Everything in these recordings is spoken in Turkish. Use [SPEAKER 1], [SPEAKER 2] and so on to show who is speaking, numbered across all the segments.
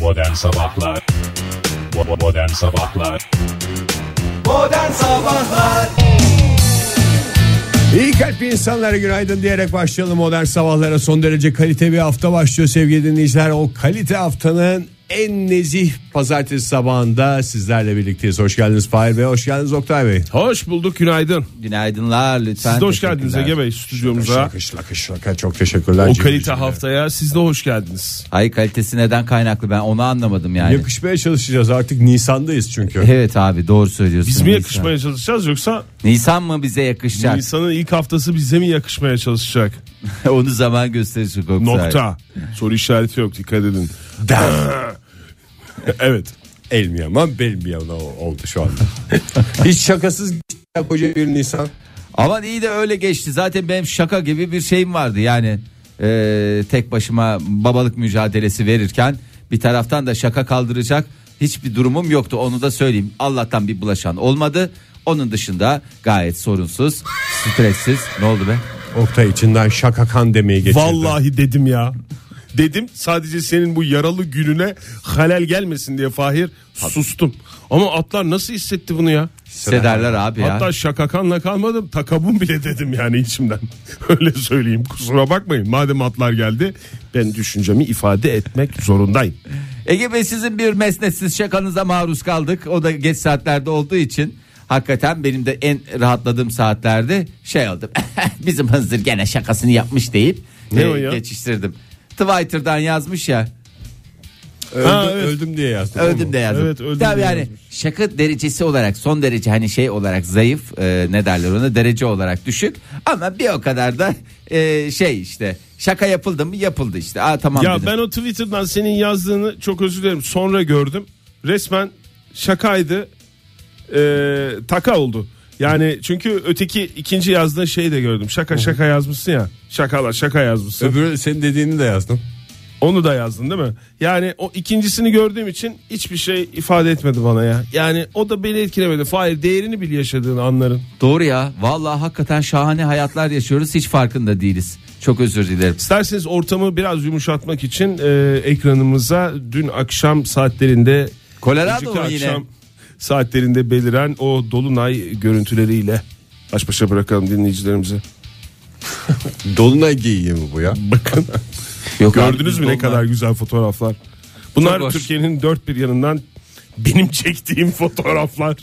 [SPEAKER 1] Modern Sabahlar Bo- Modern Sabahlar
[SPEAKER 2] Modern Sabahlar
[SPEAKER 3] İyi kalpli insanlara günaydın diyerek başlayalım modern sabahlara. Son derece kalite bir hafta başlıyor sevgili dinleyiciler. O kalite haftanın en nezih pazartesi sabahında sizlerle birlikteyiz. Hoş geldiniz Fahir Bey, hoş geldiniz Oktay Bey.
[SPEAKER 4] Hoş bulduk günaydın.
[SPEAKER 2] Günaydınlar lütfen.
[SPEAKER 4] Siz de hoş geldiniz
[SPEAKER 2] Teşekkürler.
[SPEAKER 4] Ege Bey stüdyomuza.
[SPEAKER 3] Şakış lakış şaka çok teşekkürler.
[SPEAKER 4] O
[SPEAKER 3] Cemil
[SPEAKER 4] kalite
[SPEAKER 3] Cemil.
[SPEAKER 4] haftaya siz de hoş geldiniz.
[SPEAKER 2] Ay kalitesi neden kaynaklı ben onu anlamadım yani.
[SPEAKER 3] Yakışmaya çalışacağız artık Nisan'dayız çünkü.
[SPEAKER 2] Evet abi doğru söylüyorsun.
[SPEAKER 4] Biz mi
[SPEAKER 2] Nisan.
[SPEAKER 4] yakışmaya çalışacağız yoksa
[SPEAKER 2] Nisan mı bize yakışacak?
[SPEAKER 4] insanın ilk haftası bize mi yakışmaya çalışacak?
[SPEAKER 2] onu zaman gösterecek Oktay.
[SPEAKER 4] Nokta. Soru işareti yok dikkat edin. evet.
[SPEAKER 2] E,
[SPEAKER 3] El mi yaman bel mi yaman o- oldu şu anda. Hiç şakasız koca bir Nisan.
[SPEAKER 2] Ama iyi de öyle geçti. Zaten benim şaka gibi bir şeyim vardı yani. e, tek başıma babalık mücadelesi verirken bir taraftan da şaka kaldıracak hiçbir durumum yoktu. Onu da söyleyeyim. Allah'tan bir bulaşan olmadı. Onun dışında gayet sorunsuz, stressiz. Ne oldu be?
[SPEAKER 3] Oktay içinden şaka kan demeyi geçirdi.
[SPEAKER 4] Vallahi dedim ya. Dedim sadece senin bu yaralı gününe halel gelmesin diye Fahir sustum. Ama atlar nasıl hissetti bunu ya?
[SPEAKER 2] Hissederler abi ya.
[SPEAKER 4] Hatta şakakanla kalmadım takabun bile dedim yani içimden. Öyle söyleyeyim kusura bakmayın. Madem atlar geldi ben düşüncemi ifade etmek zorundayım.
[SPEAKER 2] Ege Bey sizin bir mesnetsiz şakanıza maruz kaldık. O da geç saatlerde olduğu için hakikaten benim de en rahatladığım saatlerde şey oldum. Bizim hızır gene şakasını yapmış deyip e,
[SPEAKER 4] Ne o ya?
[SPEAKER 2] geçiştirdim. Twitter'dan yazmış ya.
[SPEAKER 3] Öldüm,
[SPEAKER 4] Ha, evet.
[SPEAKER 3] öldüm diye yazdı. o mu?
[SPEAKER 2] Öldüm de yazdım.
[SPEAKER 4] Evet, öldüm
[SPEAKER 2] Tabii
[SPEAKER 4] de
[SPEAKER 2] yani
[SPEAKER 4] yazmış.
[SPEAKER 2] şaka derecesi olarak son derece hani şey olarak zayıf e, ne derler ona derece olarak düşük ama bir o kadar da e, şey işte şaka yapıldı mı yapıldı işte. Aa tamam
[SPEAKER 4] Ya
[SPEAKER 2] dedim.
[SPEAKER 4] ben o Twitter'dan senin yazdığını çok özür dilerim sonra gördüm. Resmen şakaydı ee, taka oldu. Yani çünkü öteki ikinci yazdığın şeyi de gördüm. Şaka şaka yazmışsın ya. Şakalar şaka yazmışsın.
[SPEAKER 3] Öbürü senin dediğini de yazdım.
[SPEAKER 4] Onu da yazdın değil mi? Yani o ikincisini gördüğüm için hiçbir şey ifade etmedi bana ya. Yani o da beni etkilemedi. Fahir değerini bil yaşadığın anların.
[SPEAKER 2] Doğru ya. Vallahi hakikaten şahane hayatlar yaşıyoruz. Hiç farkında değiliz. Çok özür dilerim.
[SPEAKER 4] İsterseniz ortamı biraz yumuşatmak için e, ekranımıza dün akşam saatlerinde
[SPEAKER 2] Colorado mu
[SPEAKER 4] önceki
[SPEAKER 2] yine?
[SPEAKER 4] akşam saatlerinde beliren o dolunay görüntüleriyle baş başa bırakalım dinleyicilerimizi.
[SPEAKER 3] Dolunay geyiği mi bu ya?
[SPEAKER 4] Bakın
[SPEAKER 2] Yok abi,
[SPEAKER 4] gördünüz
[SPEAKER 2] biz
[SPEAKER 4] mü
[SPEAKER 2] dolunay-
[SPEAKER 4] ne kadar güzel fotoğraflar.
[SPEAKER 2] Çok
[SPEAKER 4] Bunlar
[SPEAKER 2] hoş.
[SPEAKER 4] Türkiye'nin dört bir yanından benim çektiğim fotoğraflar.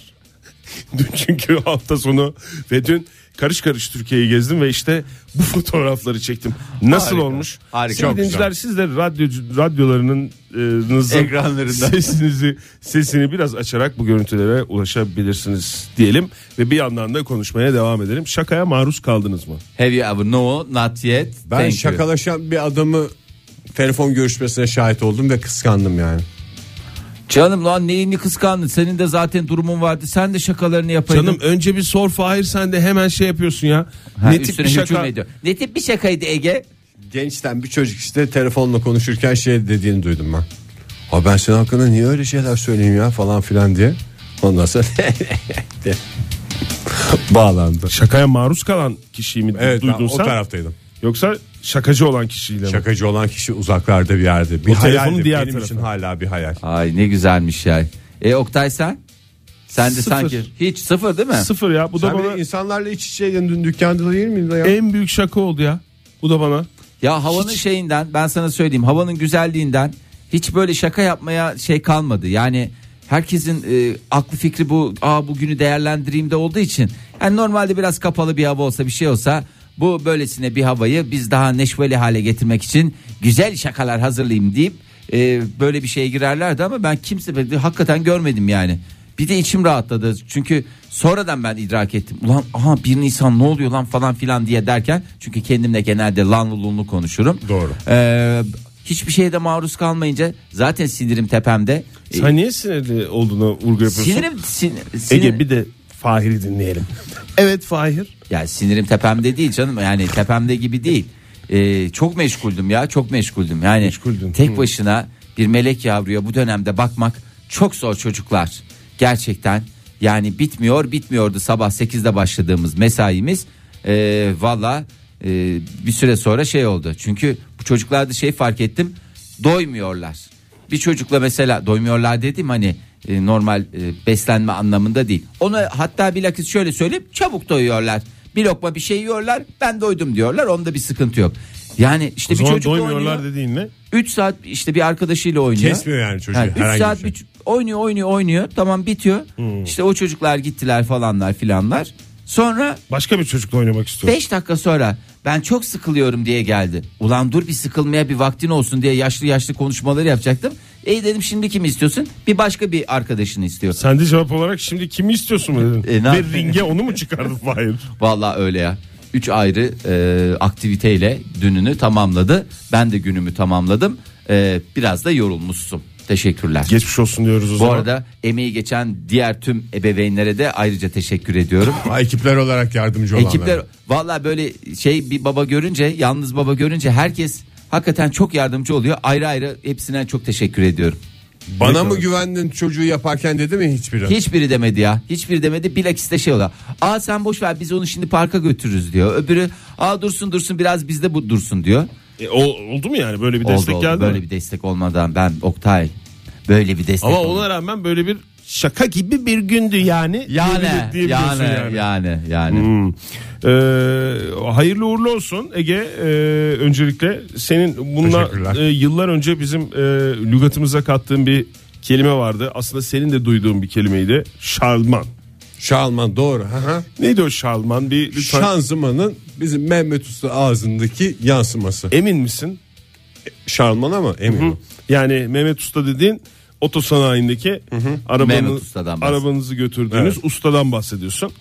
[SPEAKER 4] dün çünkü hafta sonu ve dün karış karış Türkiye'yi gezdim ve işte bu fotoğrafları çektim. Nasıl
[SPEAKER 2] Harika,
[SPEAKER 4] olmuş?
[SPEAKER 2] harika.
[SPEAKER 4] Sevgili
[SPEAKER 2] Çok
[SPEAKER 4] dinleyiciler siz de radyo, radyolarının e, nızın
[SPEAKER 2] Ekranlarında.
[SPEAKER 4] sesinizi sesini biraz açarak bu görüntülere ulaşabilirsiniz diyelim ve bir yandan da konuşmaya devam edelim. Şakaya maruz kaldınız mı?
[SPEAKER 2] Have you ever? No, not yet.
[SPEAKER 3] Ben
[SPEAKER 2] Thank you.
[SPEAKER 3] şakalaşan bir adamı telefon görüşmesine şahit oldum ve kıskandım yani.
[SPEAKER 2] Canım lan neyini kıskandın? Senin de zaten durumun vardı. Sen de şakalarını yapaydın.
[SPEAKER 4] Canım önce bir sor Fahir sen de hemen şey yapıyorsun ya.
[SPEAKER 2] Ha,
[SPEAKER 4] ne tip
[SPEAKER 2] üstüne
[SPEAKER 4] bir
[SPEAKER 2] hücum
[SPEAKER 4] şaka?
[SPEAKER 2] ediyor. Ne tip bir şakaydı Ege?
[SPEAKER 3] Gençten bir çocuk işte telefonla konuşurken şey dediğini duydum ben. Ha ben senin hakkında niye öyle şeyler söyleyeyim ya falan filan diye. Ondan sonra de- bağlandı.
[SPEAKER 4] Şakaya maruz kalan kişiyi mi
[SPEAKER 3] Evet ben
[SPEAKER 4] duydun
[SPEAKER 3] o
[SPEAKER 4] sen?
[SPEAKER 3] taraftaydım.
[SPEAKER 4] Yoksa şakacı olan kişiyle mi?
[SPEAKER 3] Şakacı olan kişi uzaklarda bir yerde. Bir
[SPEAKER 4] O telefonun
[SPEAKER 3] hayaldi.
[SPEAKER 4] diğer
[SPEAKER 3] Benim
[SPEAKER 4] tarafı.
[SPEAKER 3] için hala bir hayal.
[SPEAKER 2] Ay ne güzelmiş ya. E Oktay sen? Sen de
[SPEAKER 4] Sıfır.
[SPEAKER 2] sanki hiç sıfır değil mi?
[SPEAKER 4] Sıfır ya bu da
[SPEAKER 3] Sen bir
[SPEAKER 4] bana
[SPEAKER 3] de insanlarla iç içeydin dün dükkanda değil miydin ya?
[SPEAKER 4] en büyük şaka oldu ya. Bu da bana.
[SPEAKER 2] Ya havanın şeyinden ben sana söyleyeyim havanın güzelliğinden hiç böyle şaka yapmaya şey kalmadı. Yani herkesin e, aklı fikri bu aa bugünü değerlendireyim de olduğu için. Yani normalde biraz kapalı bir hava olsa bir şey olsa bu böylesine bir havayı biz daha neşveli hale getirmek için güzel şakalar hazırlayayım deyip e, böyle bir şeye girerlerdi ama ben kimse böyle- hakikaten görmedim yani. Bir de içim rahatladı çünkü sonradan ben idrak ettim. Ulan aha 1 Nisan ne oluyor lan falan filan diye derken çünkü kendimle genelde lanlulunlu konuşurum.
[SPEAKER 3] Doğru.
[SPEAKER 2] Ee, hiçbir şeye de maruz kalmayınca zaten sinirim tepemde. Ee,
[SPEAKER 4] Sen niye sinirli olduğunu vurgu yapıyorsun?
[SPEAKER 2] sinirim sin- sinir,
[SPEAKER 4] Ege bir de Fahir'i dinleyelim. Evet Fahir.
[SPEAKER 2] yani sinirim tepemde değil canım yani tepemde gibi değil. Ee, çok meşguldüm ya çok meşguldüm. Yani
[SPEAKER 4] Meşguldün.
[SPEAKER 2] tek başına bir melek yavruya bu dönemde bakmak çok zor çocuklar. Gerçekten yani bitmiyor bitmiyordu sabah 8'de başladığımız mesaimiz. Ee, Valla e, bir süre sonra şey oldu. Çünkü bu çocuklarda şey fark ettim doymuyorlar. bir çocukla mesela doymuyorlar dedim hani e, normal e, beslenme anlamında değil. Onu hatta bilakis şöyle söyleyeyim çabuk doyuyorlar. Bir lokma bir şey yiyorlar ben doydum diyorlar onda bir sıkıntı yok. Yani işte
[SPEAKER 4] O
[SPEAKER 2] bir
[SPEAKER 4] zaman
[SPEAKER 2] çocuk
[SPEAKER 4] doymuyorlar
[SPEAKER 2] oynuyor.
[SPEAKER 4] dediğin ne?
[SPEAKER 2] 3 saat işte bir arkadaşıyla oynuyor.
[SPEAKER 3] Kesmiyor yani çocuğu.
[SPEAKER 2] Yani üç
[SPEAKER 3] herhangi
[SPEAKER 2] saat
[SPEAKER 3] bir şey. Hmm.
[SPEAKER 2] bir- oynuyor oynuyor oynuyor tamam bitiyor. İşte o çocuklar gittiler falanlar filanlar. Sonra
[SPEAKER 4] Başka bir çocukla oynamak istiyorum.
[SPEAKER 2] 5 dakika sonra ben çok sıkılıyorum diye geldi. Ulan dur bir sıkılmaya bir vaktin olsun diye yaşlı yaşlı konuşmaları yapacaktım. E dedim şimdi kimi istiyorsun? Bir başka bir arkadaşını istiyorsun.
[SPEAKER 4] Sen de cevap olarak şimdi kimi istiyorsun mu dedin?
[SPEAKER 2] E, ne
[SPEAKER 4] Ve
[SPEAKER 2] yap-
[SPEAKER 4] ringe onu mu çıkardın? Hayır.
[SPEAKER 2] Vallahi öyle ya. Üç ayrı e, aktiviteyle dününü tamamladı. Ben de günümü tamamladım. E, biraz da yorulmuşsun. Teşekkürler.
[SPEAKER 4] Geçmiş olsun diyoruz o
[SPEAKER 2] Bu
[SPEAKER 4] zaman.
[SPEAKER 2] arada emeği geçen diğer tüm ebeveynlere de ayrıca teşekkür ediyorum.
[SPEAKER 3] Ha, ekipler olarak yardımcı olanlar.
[SPEAKER 2] Ekipler valla böyle şey bir baba görünce yalnız baba görünce herkes hakikaten çok yardımcı oluyor. Ayrı ayrı hepsine çok teşekkür ediyorum.
[SPEAKER 3] Bana mı güvendin çocuğu yaparken dedi mi hiçbiri?
[SPEAKER 2] Hiçbiri demedi ya. Hiçbiri demedi. Bilakis de şey oluyor. Aa sen boş ver biz onu şimdi parka götürürüz diyor. Öbürü aa dursun dursun biraz bizde bu dursun diyor.
[SPEAKER 4] E, o, oldu mu yani böyle bir
[SPEAKER 2] Oldu,
[SPEAKER 4] destek
[SPEAKER 2] oldu.
[SPEAKER 4] geldi
[SPEAKER 2] Böyle
[SPEAKER 4] mi?
[SPEAKER 2] bir destek olmadan ben Oktay böyle bir destek.
[SPEAKER 4] Ama
[SPEAKER 2] olmadan-
[SPEAKER 4] ona rağmen böyle bir şaka gibi bir gündü yani.
[SPEAKER 2] yani
[SPEAKER 4] Diyebilir-
[SPEAKER 2] yani
[SPEAKER 4] diyebiliyorsun
[SPEAKER 2] yani yani.
[SPEAKER 4] Hmm. Ee, hayırlı uğurlu olsun Ege. Ee, öncelikle senin bununla
[SPEAKER 3] Teşekkürler.
[SPEAKER 4] e, yıllar önce bizim e, lügatımıza kattığın bir kelime vardı. Aslında senin de duyduğun bir kelimeydi. Şalman.
[SPEAKER 3] Şalman doğru. Hı hı.
[SPEAKER 4] Neydi o şalman? Bir lütfen
[SPEAKER 3] Şanzımanın bizim Mehmet Usta ağzındaki yansıması. E,
[SPEAKER 4] emin misin?
[SPEAKER 3] Şalman ama eminim.
[SPEAKER 4] Yani Mehmet Usta dediğin oto sanayindeki
[SPEAKER 2] Mehmet
[SPEAKER 4] arabanı,
[SPEAKER 2] Usta'dan bahsediyor.
[SPEAKER 4] arabanızı götürdüğünüz ustadan bahsediyorsun.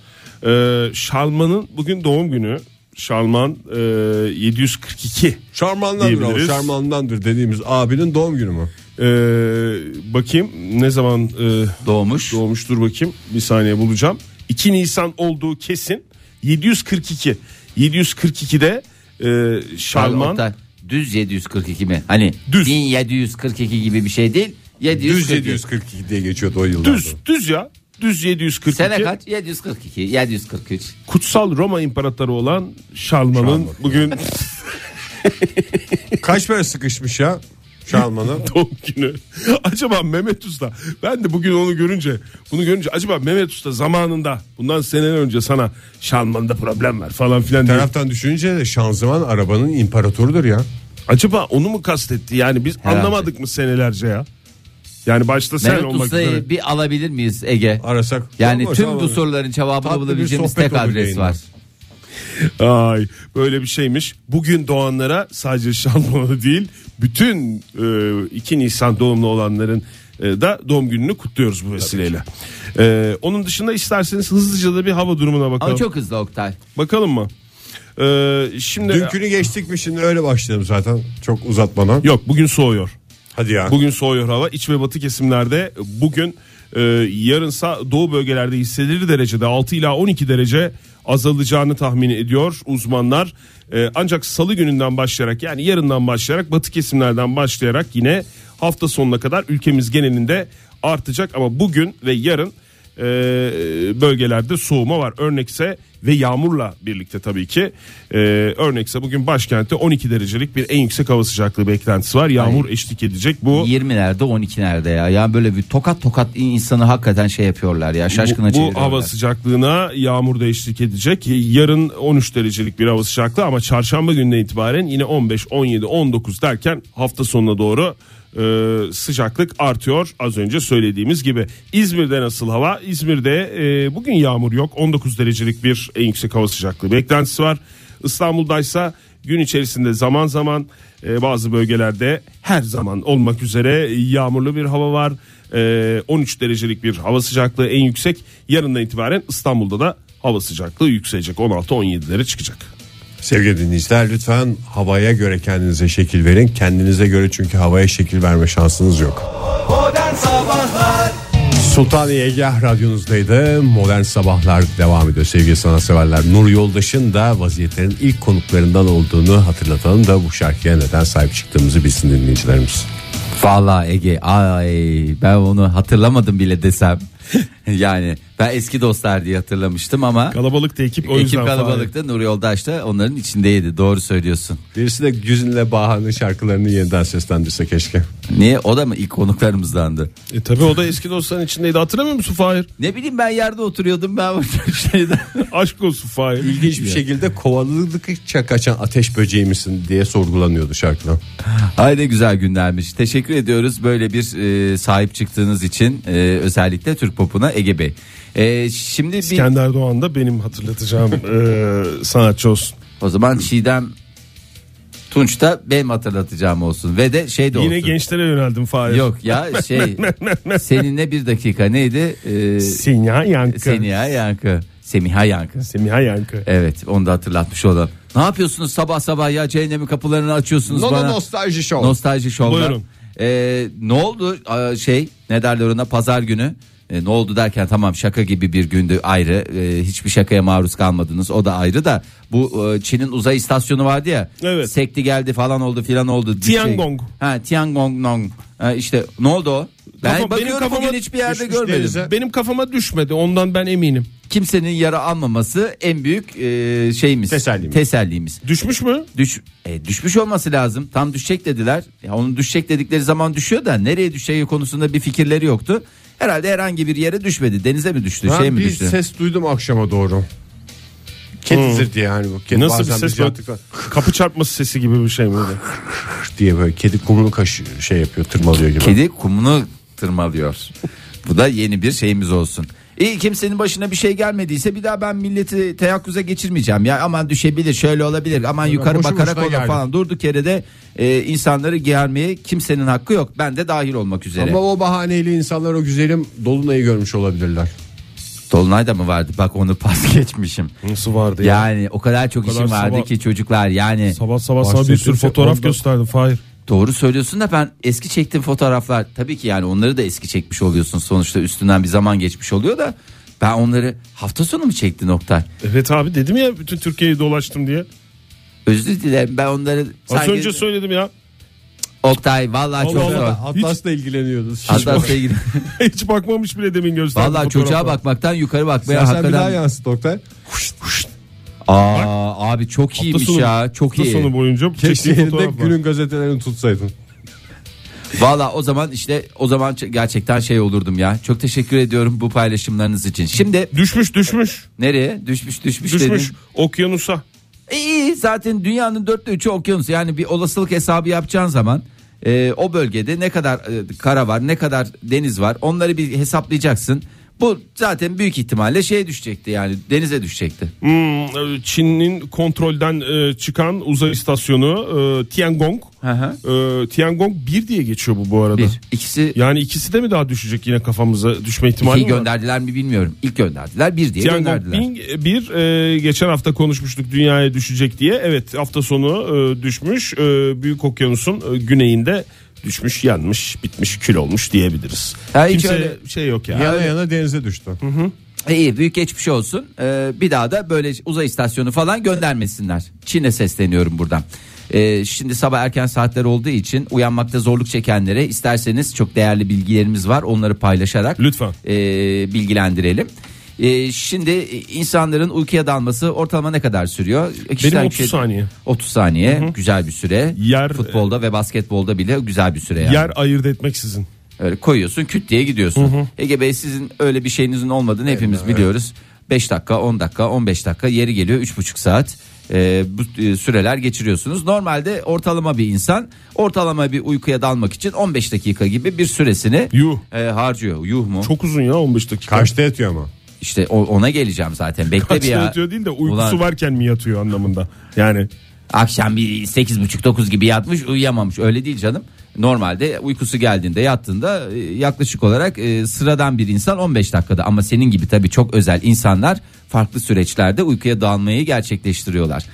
[SPEAKER 4] Ee, Şalman'ın bugün doğum günü. Şalman e, 742
[SPEAKER 3] Şarmandandır o.
[SPEAKER 4] Diyebiliriz.
[SPEAKER 3] Şarmandandır dediğimiz abinin doğum günü mü?
[SPEAKER 4] Ee, bakayım ne zaman e,
[SPEAKER 2] Doğmuş.
[SPEAKER 4] doğmuştur bakayım. Bir saniye bulacağım. 2 Nisan olduğu kesin. 742. 742'de e, Şalman
[SPEAKER 2] Oktay, düz 742 mi? Hani
[SPEAKER 4] Düz.
[SPEAKER 2] 1742 gibi bir şey değil. 742.
[SPEAKER 3] Düz 742 diye geçiyordu o yıllarda.
[SPEAKER 4] düz düz ya. Düz 742.
[SPEAKER 2] Sene kaç? 742, 743.
[SPEAKER 4] Kutsal Roma İmparatoru olan Şalman'ın
[SPEAKER 3] Şalman.
[SPEAKER 4] bugün
[SPEAKER 3] Kaç para sıkışmış ya Şalman'a?
[SPEAKER 4] doğum günü. acaba Mehmet Usta ben de bugün onu görünce bunu görünce acaba Mehmet Usta zamanında bundan seneler önce sana Şalman'da problem var falan filan diye.
[SPEAKER 3] taraftan düşününce de şanzıman arabanın imparatorudur ya.
[SPEAKER 4] Acaba onu mu kastetti? Yani biz
[SPEAKER 2] Herhalde.
[SPEAKER 4] anlamadık mı senelerce ya? Yani başta sen
[SPEAKER 2] Mehmet
[SPEAKER 4] olmak üzere.
[SPEAKER 2] Usta'yı bir alabilir miyiz Ege?
[SPEAKER 3] Arasak.
[SPEAKER 2] Yani
[SPEAKER 3] Olmaz,
[SPEAKER 2] tüm bu
[SPEAKER 3] olmaz.
[SPEAKER 2] soruların cevabını
[SPEAKER 3] Tatlı bir
[SPEAKER 2] bulabileceğimiz
[SPEAKER 3] sohbet
[SPEAKER 2] tek
[SPEAKER 3] olur
[SPEAKER 2] adres
[SPEAKER 3] yayında.
[SPEAKER 2] var.
[SPEAKER 4] Ay böyle bir şeymiş. Bugün doğanlara sadece Şanlıurfa değil bütün e, 2 Nisan doğumlu olanların e, da doğum gününü kutluyoruz bu vesileyle. E, onun dışında isterseniz hızlıca da bir hava durumuna bakalım.
[SPEAKER 2] Ama çok hızlı Oktay.
[SPEAKER 4] Bakalım mı? E, şimdi
[SPEAKER 3] Dünkünü geçtik mi şimdi öyle başlayalım zaten. Çok uzatmadan.
[SPEAKER 4] yok bugün soğuyor.
[SPEAKER 3] Hadi ya.
[SPEAKER 4] Bugün soğuyor hava. İç ve batı kesimlerde bugün e, yarınsa doğu bölgelerde hissedilir derecede 6 ila 12 derece azalacağını tahmin ediyor uzmanlar. E, ancak salı gününden başlayarak yani yarından başlayarak batı kesimlerden başlayarak yine hafta sonuna kadar ülkemiz genelinde artacak ama bugün ve yarın e, bölgelerde soğuma var. Örnekse ve yağmurla birlikte tabii ki. E, örnekse bugün başkentte 12 derecelik bir en yüksek hava sıcaklığı beklentisi var. Yağmur eşlik edecek bu.
[SPEAKER 2] 20 nerede 12 nerede ya? Yani böyle bir tokat tokat insanı hakikaten şey yapıyorlar ya. Şaşkına
[SPEAKER 4] Bu, bu
[SPEAKER 2] çeviriyorlar.
[SPEAKER 4] hava sıcaklığına yağmur da eşlik edecek. Yarın 13 derecelik bir hava sıcaklığı ama çarşamba gününe itibaren yine 15, 17, 19 derken hafta sonuna doğru e, sıcaklık artıyor. Az önce söylediğimiz gibi. İzmir'de nasıl hava? İzmir'de e, bugün yağmur yok. 19 derecelik bir en yüksek hava sıcaklığı beklentisi var. İstanbul'daysa gün içerisinde zaman zaman e, bazı bölgelerde her zaman olmak üzere yağmurlu bir hava var. E, 13 derecelik bir hava sıcaklığı en yüksek. Yarından itibaren İstanbul'da da hava sıcaklığı yükselecek. 16-17'lere çıkacak.
[SPEAKER 3] Sevgili dinleyiciler lütfen havaya göre kendinize şekil verin. Kendinize göre çünkü havaya şekil verme şansınız yok. Sultaniye Egah radyonuzdaydı. Modern Sabahlar devam ediyor sevgili sanatseverler. Nur Yoldaş'ın da vaziyetlerin ilk konuklarından olduğunu hatırlatalım da bu şarkıya neden sahip çıktığımızı bilsin dinleyicilerimiz.
[SPEAKER 2] Vallahi Ege ay ben onu hatırlamadım bile desem. yani ben eski dostlar diye hatırlamıştım ama
[SPEAKER 4] Kalabalıktı ekip o yüzden.
[SPEAKER 2] ekip kalabalıkta Nur Yoldaş da onların içindeydi. Doğru söylüyorsun.
[SPEAKER 3] Birisi de Güzin'le Bahan'ın şarkılarını yeniden seslendirse keşke.
[SPEAKER 2] Niye? O da mı ilk konuklarımızdandı?
[SPEAKER 4] E tabi o da eski dostların içindeydi. Hatırlamıyor musun Fahir?
[SPEAKER 2] Ne bileyim ben yerde oturuyordum ben burada şeyden.
[SPEAKER 4] Aşk olsun Fahir.
[SPEAKER 3] İlginç bir şekilde kovaladıkça kaçan ateş böceği misin diye sorgulanıyordu şarkıdan.
[SPEAKER 2] Ay ne güzel günlermiş. Teşekkür ediyoruz böyle bir e, sahip çıktığınız için e, özellikle Türk popuna Ege Bey. E, şimdi bir, Şey
[SPEAKER 4] İskender Doğan da benim hatırlatacağım e, sanatçı olsun.
[SPEAKER 2] o zaman Çiğdem Tunç da benim hatırlatacağım olsun ve de şey de
[SPEAKER 4] Yine
[SPEAKER 2] olsun.
[SPEAKER 4] gençlere yöneldim Fahir.
[SPEAKER 2] Yok ya şey seninle bir dakika neydi? E,
[SPEAKER 4] Sinya Yankı.
[SPEAKER 2] Seniha Yankı. Semiha Yankı.
[SPEAKER 4] Semiha Yankı.
[SPEAKER 2] Evet onu da hatırlatmış olalım. Ne yapıyorsunuz sabah sabah ya cehennemin kapılarını açıyorsunuz
[SPEAKER 3] Nono
[SPEAKER 2] bana.
[SPEAKER 3] Nostalji Show.
[SPEAKER 2] Nostalji şovlar.
[SPEAKER 4] Buyurun.
[SPEAKER 2] Ee, ne oldu Aa, şey ne derler ona pazar günü Ee, ne oldu derken tamam şaka gibi bir gündü ayrı Ee, hiçbir şakaya maruz kalmadınız o da ayrı da bu e, Çin'in uzay istasyonu vardı ya
[SPEAKER 4] Evet.
[SPEAKER 2] sekti geldi falan oldu filan oldu. Bir
[SPEAKER 4] Tiangong.
[SPEAKER 2] Şey. Ha Tiangong Nong. Ha, işte ne oldu o? Ben
[SPEAKER 4] Kafam- benim
[SPEAKER 2] bakıyorum
[SPEAKER 4] kafama
[SPEAKER 2] bugün hiçbir yerde
[SPEAKER 3] düşmüş
[SPEAKER 2] görmedim.
[SPEAKER 3] denize.
[SPEAKER 4] Benim kafama düşmedi ondan ben eminim.
[SPEAKER 2] Kimsenin yara almaması en büyük e, şeyimiz.
[SPEAKER 3] Tesellimiz.
[SPEAKER 2] Tesellimiz.
[SPEAKER 4] Düşmüş mü?
[SPEAKER 2] Düş, e, düşmüş olması lazım. Tam düşecek dediler. Ya onun düşecek dedikleri zaman düşüyor da nereye düşeceği konusunda bir fikirleri yoktu. Herhalde herhangi bir yere düşmedi. Denize mi düştü?
[SPEAKER 3] Ben
[SPEAKER 2] şey mi
[SPEAKER 3] bir
[SPEAKER 2] düştü?
[SPEAKER 3] ses duydum akşama doğru. Kedidir diye yani bu. Kedi
[SPEAKER 4] Nasıl bir
[SPEAKER 3] bazen
[SPEAKER 4] ses
[SPEAKER 3] bizi
[SPEAKER 4] böyle?
[SPEAKER 3] yaptıkla-
[SPEAKER 4] Kapı çarpması sesi gibi bir şey miydi?
[SPEAKER 3] diye böyle kedi kumunu kaşı şey yapıyor tırmalıyor gibi.
[SPEAKER 2] Kedi kumunu tırmalıyor. Bu da yeni bir şeyimiz olsun. İyi kimsenin başına bir şey gelmediyse bir daha ben milleti teyakkuza geçirmeyeceğim. Ya aman düşebilir, şöyle olabilir. Aman yukarı
[SPEAKER 3] boşu
[SPEAKER 2] bakarak
[SPEAKER 3] boşuna
[SPEAKER 2] olur
[SPEAKER 3] geldim.
[SPEAKER 2] falan. Durduk yere de e, insanları germeye kimsenin hakkı yok. Ben de dahil olmak üzere.
[SPEAKER 3] Ama o bahaneyle insanlar o güzelim dolunayı görmüş olabilirler.
[SPEAKER 2] Dolunay da mı vardı? Bak onu pas geçmişim.
[SPEAKER 4] Nasıl vardı ya?
[SPEAKER 2] Yani o kadar çok
[SPEAKER 4] kadar
[SPEAKER 2] işim vardı
[SPEAKER 4] sabah-
[SPEAKER 2] ki çocuklar yani
[SPEAKER 4] Sabah sabah sana
[SPEAKER 3] Bahsettiğim
[SPEAKER 4] bir sürü
[SPEAKER 3] şey
[SPEAKER 4] fotoğraf
[SPEAKER 3] ondan.
[SPEAKER 4] gösterdim Fahir.
[SPEAKER 2] doğru söylüyorsun da ben eski çektiğim fotoğraflar tabii ki yani onları da eski çekmiş oluyorsun sonuçta üstünden bir zaman geçmiş oluyor da ben onları hafta sonu mu çektin Oktay?
[SPEAKER 4] Evet abi dedim ya bütün Türkiye'yi dolaştım diye.
[SPEAKER 2] Özür dilerim ben onları
[SPEAKER 4] Az
[SPEAKER 2] sanki-
[SPEAKER 4] önce söyledim ya.
[SPEAKER 2] Oktay vallahi
[SPEAKER 4] Allah
[SPEAKER 2] çok zor.
[SPEAKER 4] Allah.
[SPEAKER 3] Atlas'la ilgileniyordunuz. Hiç
[SPEAKER 2] Hatta
[SPEAKER 3] bak-
[SPEAKER 2] sevgili-
[SPEAKER 4] Hiç bakmamış bile demin gösterdim.
[SPEAKER 2] vallahi çocuğa bakmaktan yukarı bakmaya
[SPEAKER 3] Sen bir daha
[SPEAKER 2] hakikaten.
[SPEAKER 3] yansıt Oktay.
[SPEAKER 2] Aa abi çok iyiymiş
[SPEAKER 4] sonu-
[SPEAKER 2] ya çok
[SPEAKER 4] Hafta
[SPEAKER 2] iyi.
[SPEAKER 4] sonu boyunca
[SPEAKER 3] Keşke
[SPEAKER 4] çektiği
[SPEAKER 3] yerinde
[SPEAKER 4] fotoğraf var.
[SPEAKER 3] günün gazetelerini tutsaydın.
[SPEAKER 2] Valla o zaman işte o zaman ç- gerçekten şey olurdum ya. Çok teşekkür ediyorum bu paylaşımlarınız için. Şimdi
[SPEAKER 4] Düşmüş düşmüş.
[SPEAKER 2] nereye? Düşmüş düşmüş, dedin.
[SPEAKER 4] Düşmüş. Okyanusa.
[SPEAKER 2] İyi zaten dünyanın dörtte üçü okyanus yani bir olasılık hesabı yapacağın zaman e, o bölgede ne kadar e, kara var ne kadar deniz var onları bir hesaplayacaksın. Bu zaten büyük ihtimalle şeye düşecekti yani denize düşecekti.
[SPEAKER 4] Hmm, e, Çin'in kontrolden e, çıkan uzay istasyonu e, Tiangong.
[SPEAKER 2] Hı hı.
[SPEAKER 4] E, Tiangong 1 diye geçiyor bu bu arada.
[SPEAKER 2] Bir ikisi
[SPEAKER 4] Yani ikisi de mi daha düşecek yine kafamıza düşme ihtimali
[SPEAKER 2] ikiyi
[SPEAKER 4] mi var?
[SPEAKER 2] gönderdiler mi bilmiyorum. İlk gönderdiler bir diye
[SPEAKER 4] Tiangong
[SPEAKER 2] gönderdiler.
[SPEAKER 4] 1, bir, e, geçen hafta konuşmuştuk dünyaya düşecek diye. Evet hafta sonu e, düşmüş. E, Büyük Okyanus'un e, güneyinde düşmüş, yanmış, bitmiş, kül olmuş diyebiliriz.
[SPEAKER 2] Ha, hiç
[SPEAKER 4] Kimse
[SPEAKER 2] öyle-
[SPEAKER 4] şey yok ya.
[SPEAKER 3] Yana yana denize düştü.
[SPEAKER 2] E, İyi büyük geçmiş olsun. E, bir daha da böyle uzay istasyonu falan göndermesinler. Çin'e sesleniyorum buradan. E, şimdi sabah erken saatler olduğu için uyanmakta zorluk çekenlere isterseniz çok değerli bilgilerimiz var. Onları paylaşarak
[SPEAKER 4] Lütfen.
[SPEAKER 2] e, bilgilendirelim. E, şimdi insanların uykuya dalması ortalama ne kadar sürüyor? Kişiden
[SPEAKER 4] 30
[SPEAKER 2] kişiye-
[SPEAKER 4] saniye.
[SPEAKER 2] 30 şey- saniye güzel bir süre.
[SPEAKER 4] Yer-
[SPEAKER 2] Futbolda ve basketbolda bile güzel bir süre yani.
[SPEAKER 4] Yer ayırt etmeksizin.
[SPEAKER 2] Öyle koyuyorsun küt diye gidiyorsun. Ege Bey sizin öyle bir şeyinizin olmadığını hepimiz biliyoruz. 5 dakika 10 dakika 15 dakika yeri geliyor 3,5 saat e, bu e, süreler geçiriyorsunuz. Normalde ortalama bir insan ortalama bir uykuya dalmak için 15 dakika gibi bir süresini
[SPEAKER 4] Yuh.
[SPEAKER 2] e, harcıyor. Yuh mu?
[SPEAKER 4] Çok uzun ya 15 dakika.
[SPEAKER 3] Kaçta yatıyor ama.
[SPEAKER 2] İşte o- ona geleceğim zaten bekle
[SPEAKER 4] Kaçta
[SPEAKER 2] bir ya.
[SPEAKER 4] yatıyor değil de uykusu
[SPEAKER 2] Ulan.
[SPEAKER 4] varken mi yatıyor anlamında. Yani
[SPEAKER 2] Akşam bir 8.30-9 gibi yatmış uyuyamamış öyle değil canım. Normalde uykusu geldiğinde yattığında e, yaklaşık olarak e, sıradan bir insan 15 dakikada ama senin gibi tabii çok özel insanlar farklı süreçlerde uykuya dalmayı gerçekleştiriyorlar.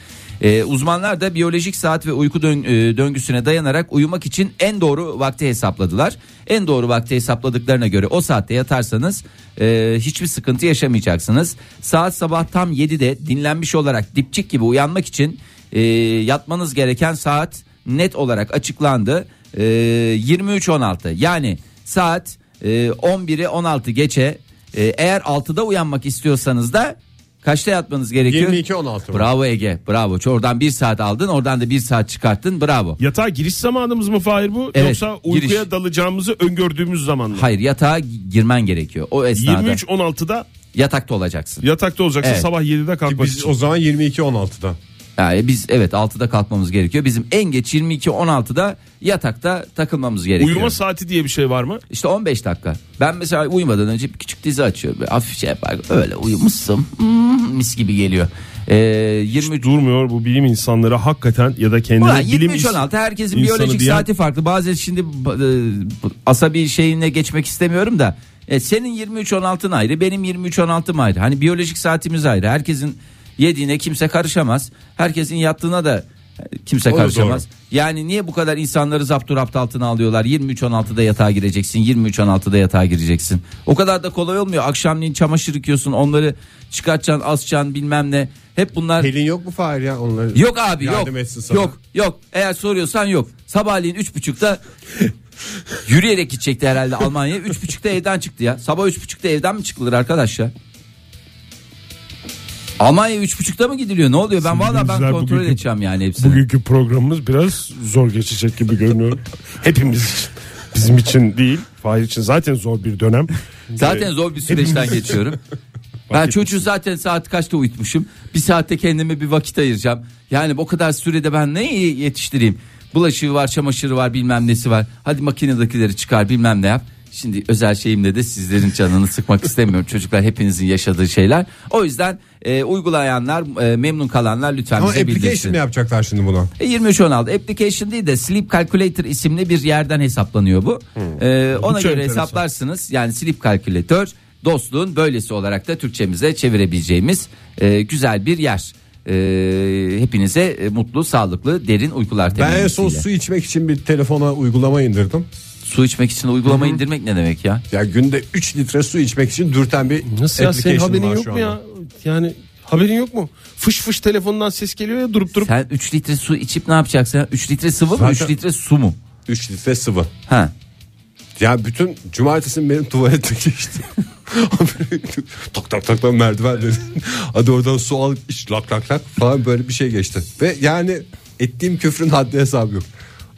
[SPEAKER 2] E, uzmanlar da biyolojik saat ve uyku dön- e, döngüsüne dayanarak uyumak için en doğru vakti hesapladılar. En doğru vakti hesapladıklarına göre o saatte yatarsanız e, hiçbir sıkıntı yaşamayacaksınız. Saat sabah tam 7'de dinlenmiş olarak dipçik gibi uyanmak için e, yatmanız gereken saat net olarak açıklandı. E, 23.16 yani saat e, 11'i 16 geçe Ee, eğer 6'da uyanmak istiyorsanız da kaçta yatmanız gerekiyor?
[SPEAKER 3] 22-16 mı?
[SPEAKER 2] Bravo Ege. Bravo. Ç- Oradan 1 saat aldın. Oradan da 1 saat çıkarttın. Bravo.
[SPEAKER 4] Yatağa giriş zamanımız mı Fahir bu?
[SPEAKER 2] Evet,
[SPEAKER 4] Yoksa uykuya
[SPEAKER 2] giriş.
[SPEAKER 4] dalacağımızı öngördüğümüz zaman mı?
[SPEAKER 2] Hayır yatağa gi- girmen gerekiyor. O esnada
[SPEAKER 4] 23-16'da
[SPEAKER 2] yatakta olacaksın.
[SPEAKER 4] yatakta olacaksın
[SPEAKER 2] Evet.
[SPEAKER 4] sabah 7'de kalkmak
[SPEAKER 3] Biz
[SPEAKER 4] için.
[SPEAKER 3] o zaman 22-16'da.
[SPEAKER 2] Yani e, biz evet 6'da kalkmamız gerekiyor. Bizim en geç 22-16'da yatakta takılmamız gerekiyor.
[SPEAKER 4] Uyuma saati diye bir şey var mı?
[SPEAKER 2] İşte 15 dakika. Ben mesela uyumadan önce bir küçük dizi açıyorum. Böyle hafif şey yapar. Öyle uyumuşsun. Hmm, mis gibi geliyor. Ee, 23
[SPEAKER 4] Durmuyor bu bilim insanları hakikaten ya da
[SPEAKER 2] Ulan
[SPEAKER 4] kendini bilim
[SPEAKER 2] 23
[SPEAKER 4] ins-
[SPEAKER 2] 16 herkesin
[SPEAKER 4] insanı
[SPEAKER 2] biyolojik
[SPEAKER 4] diyen-
[SPEAKER 2] saati farklı. Bazen şimdi e, asabi şeyine geçmek istemiyorum da e, senin 23 16'ın ayrı, benim 23 16'm ayrı. Hani biyolojik saatimiz ayrı. Herkesin yediğine kimse karışamaz. Herkesin yattığına da e, kimse
[SPEAKER 3] O da
[SPEAKER 2] karışamaz. Yani niye bu kadar insanları zapturapt altına alıyorlar? 23 16'da yatağa gireceksin. 23 16'da yatağa gireceksin. O kadar da kolay olmuyor. Akşamleyin çamaşır yıkıyorsun. Onları çıkartacaksın, asacaksın bilmem ne. Hep bunlar
[SPEAKER 3] Pelin yok mu Fahir ya onları?
[SPEAKER 2] Yok abi
[SPEAKER 3] Yardım
[SPEAKER 2] yok.
[SPEAKER 3] etsin sana.
[SPEAKER 2] Yok yok. Eğer soruyorsan yok. Sabahleyin üç buçukta yürüyerek gidecekti herhalde Almanya'ya. Üç buçukta evden çıktı ya. Sabah üç buçukta evden mi çıkılır arkadaş ya? Almanya üç buçukta mı gidiliyor? Ne oluyor? Ben valla ben
[SPEAKER 4] bizler
[SPEAKER 2] kontrol
[SPEAKER 4] bugünkü-
[SPEAKER 2] edeceğim yani hepsini.
[SPEAKER 4] Bugünkü programımız biraz zor geçecek gibi görünüyor. Hepimiz için. Bizim için değil. Fahir için zaten zor bir dönem.
[SPEAKER 2] Zaten zor bir süreçten geçiyorum. Ben çocuğu zaten saat kaçta uyutmuşum. Bir saatte kendime bir vakit ayıracağım. Yani o kadar sürede ben neyi yetiştireyim? Bulaşığı var, çamaşırı var, bilmem nesi var. Hadi makinedekileri çıkar, bilmem ne yap. Şimdi özel şeyimle de sizlerin canını sıkmak istemiyorum. Çocuklar hepinizin yaşadığı şeyler. O yüzden e, uygulayanlar, e, memnun kalanlar lütfen
[SPEAKER 3] Ama
[SPEAKER 2] bize
[SPEAKER 3] application
[SPEAKER 2] bildirsin.
[SPEAKER 3] mı yapacaklar şimdi buna?
[SPEAKER 2] E, 23-16 application değil de Sleep Calculator isimli bir yerden hesaplanıyor bu.
[SPEAKER 3] Hmm.
[SPEAKER 2] E, ona
[SPEAKER 4] Hiç
[SPEAKER 2] göre
[SPEAKER 4] enteresan.
[SPEAKER 2] hesaplarsınız. Yani Sleep Calculator dostluğun böylesi olarak da Türkçemize çevirebileceğimiz e, güzel bir yer. E, hepinize e, mutlu, sağlıklı, derin uykular
[SPEAKER 3] Ben en
[SPEAKER 2] temennisiyle.
[SPEAKER 3] son su içmek için bir telefona uygulama indirdim.
[SPEAKER 2] Su içmek için uygulama indirmek ne demek ya?
[SPEAKER 3] Ya günde 3 litre su içmek için dürten bir
[SPEAKER 4] Nasıl ya
[SPEAKER 3] application
[SPEAKER 4] senin haberin
[SPEAKER 3] var
[SPEAKER 4] yok
[SPEAKER 3] şu
[SPEAKER 4] mu
[SPEAKER 3] anda.
[SPEAKER 4] ya? Yani haberin yok mu? Fış fış telefondan ses geliyor ya durup durup.
[SPEAKER 2] Sen 3 litre su içip ne yapacaksın? 3 litre sıvı mı?
[SPEAKER 3] Zaten-
[SPEAKER 2] 3 litre su mu?
[SPEAKER 3] 3 litre sıvı.
[SPEAKER 2] Ha.
[SPEAKER 3] Ya bütün cumartesi benim tuvalete geçti. tak tak tak tak merdivenleri. Hadi oradan su al iç lak lak lak falan böyle bir şey geçti. Ve yani ettiğim küfrün haddi hesabı yok.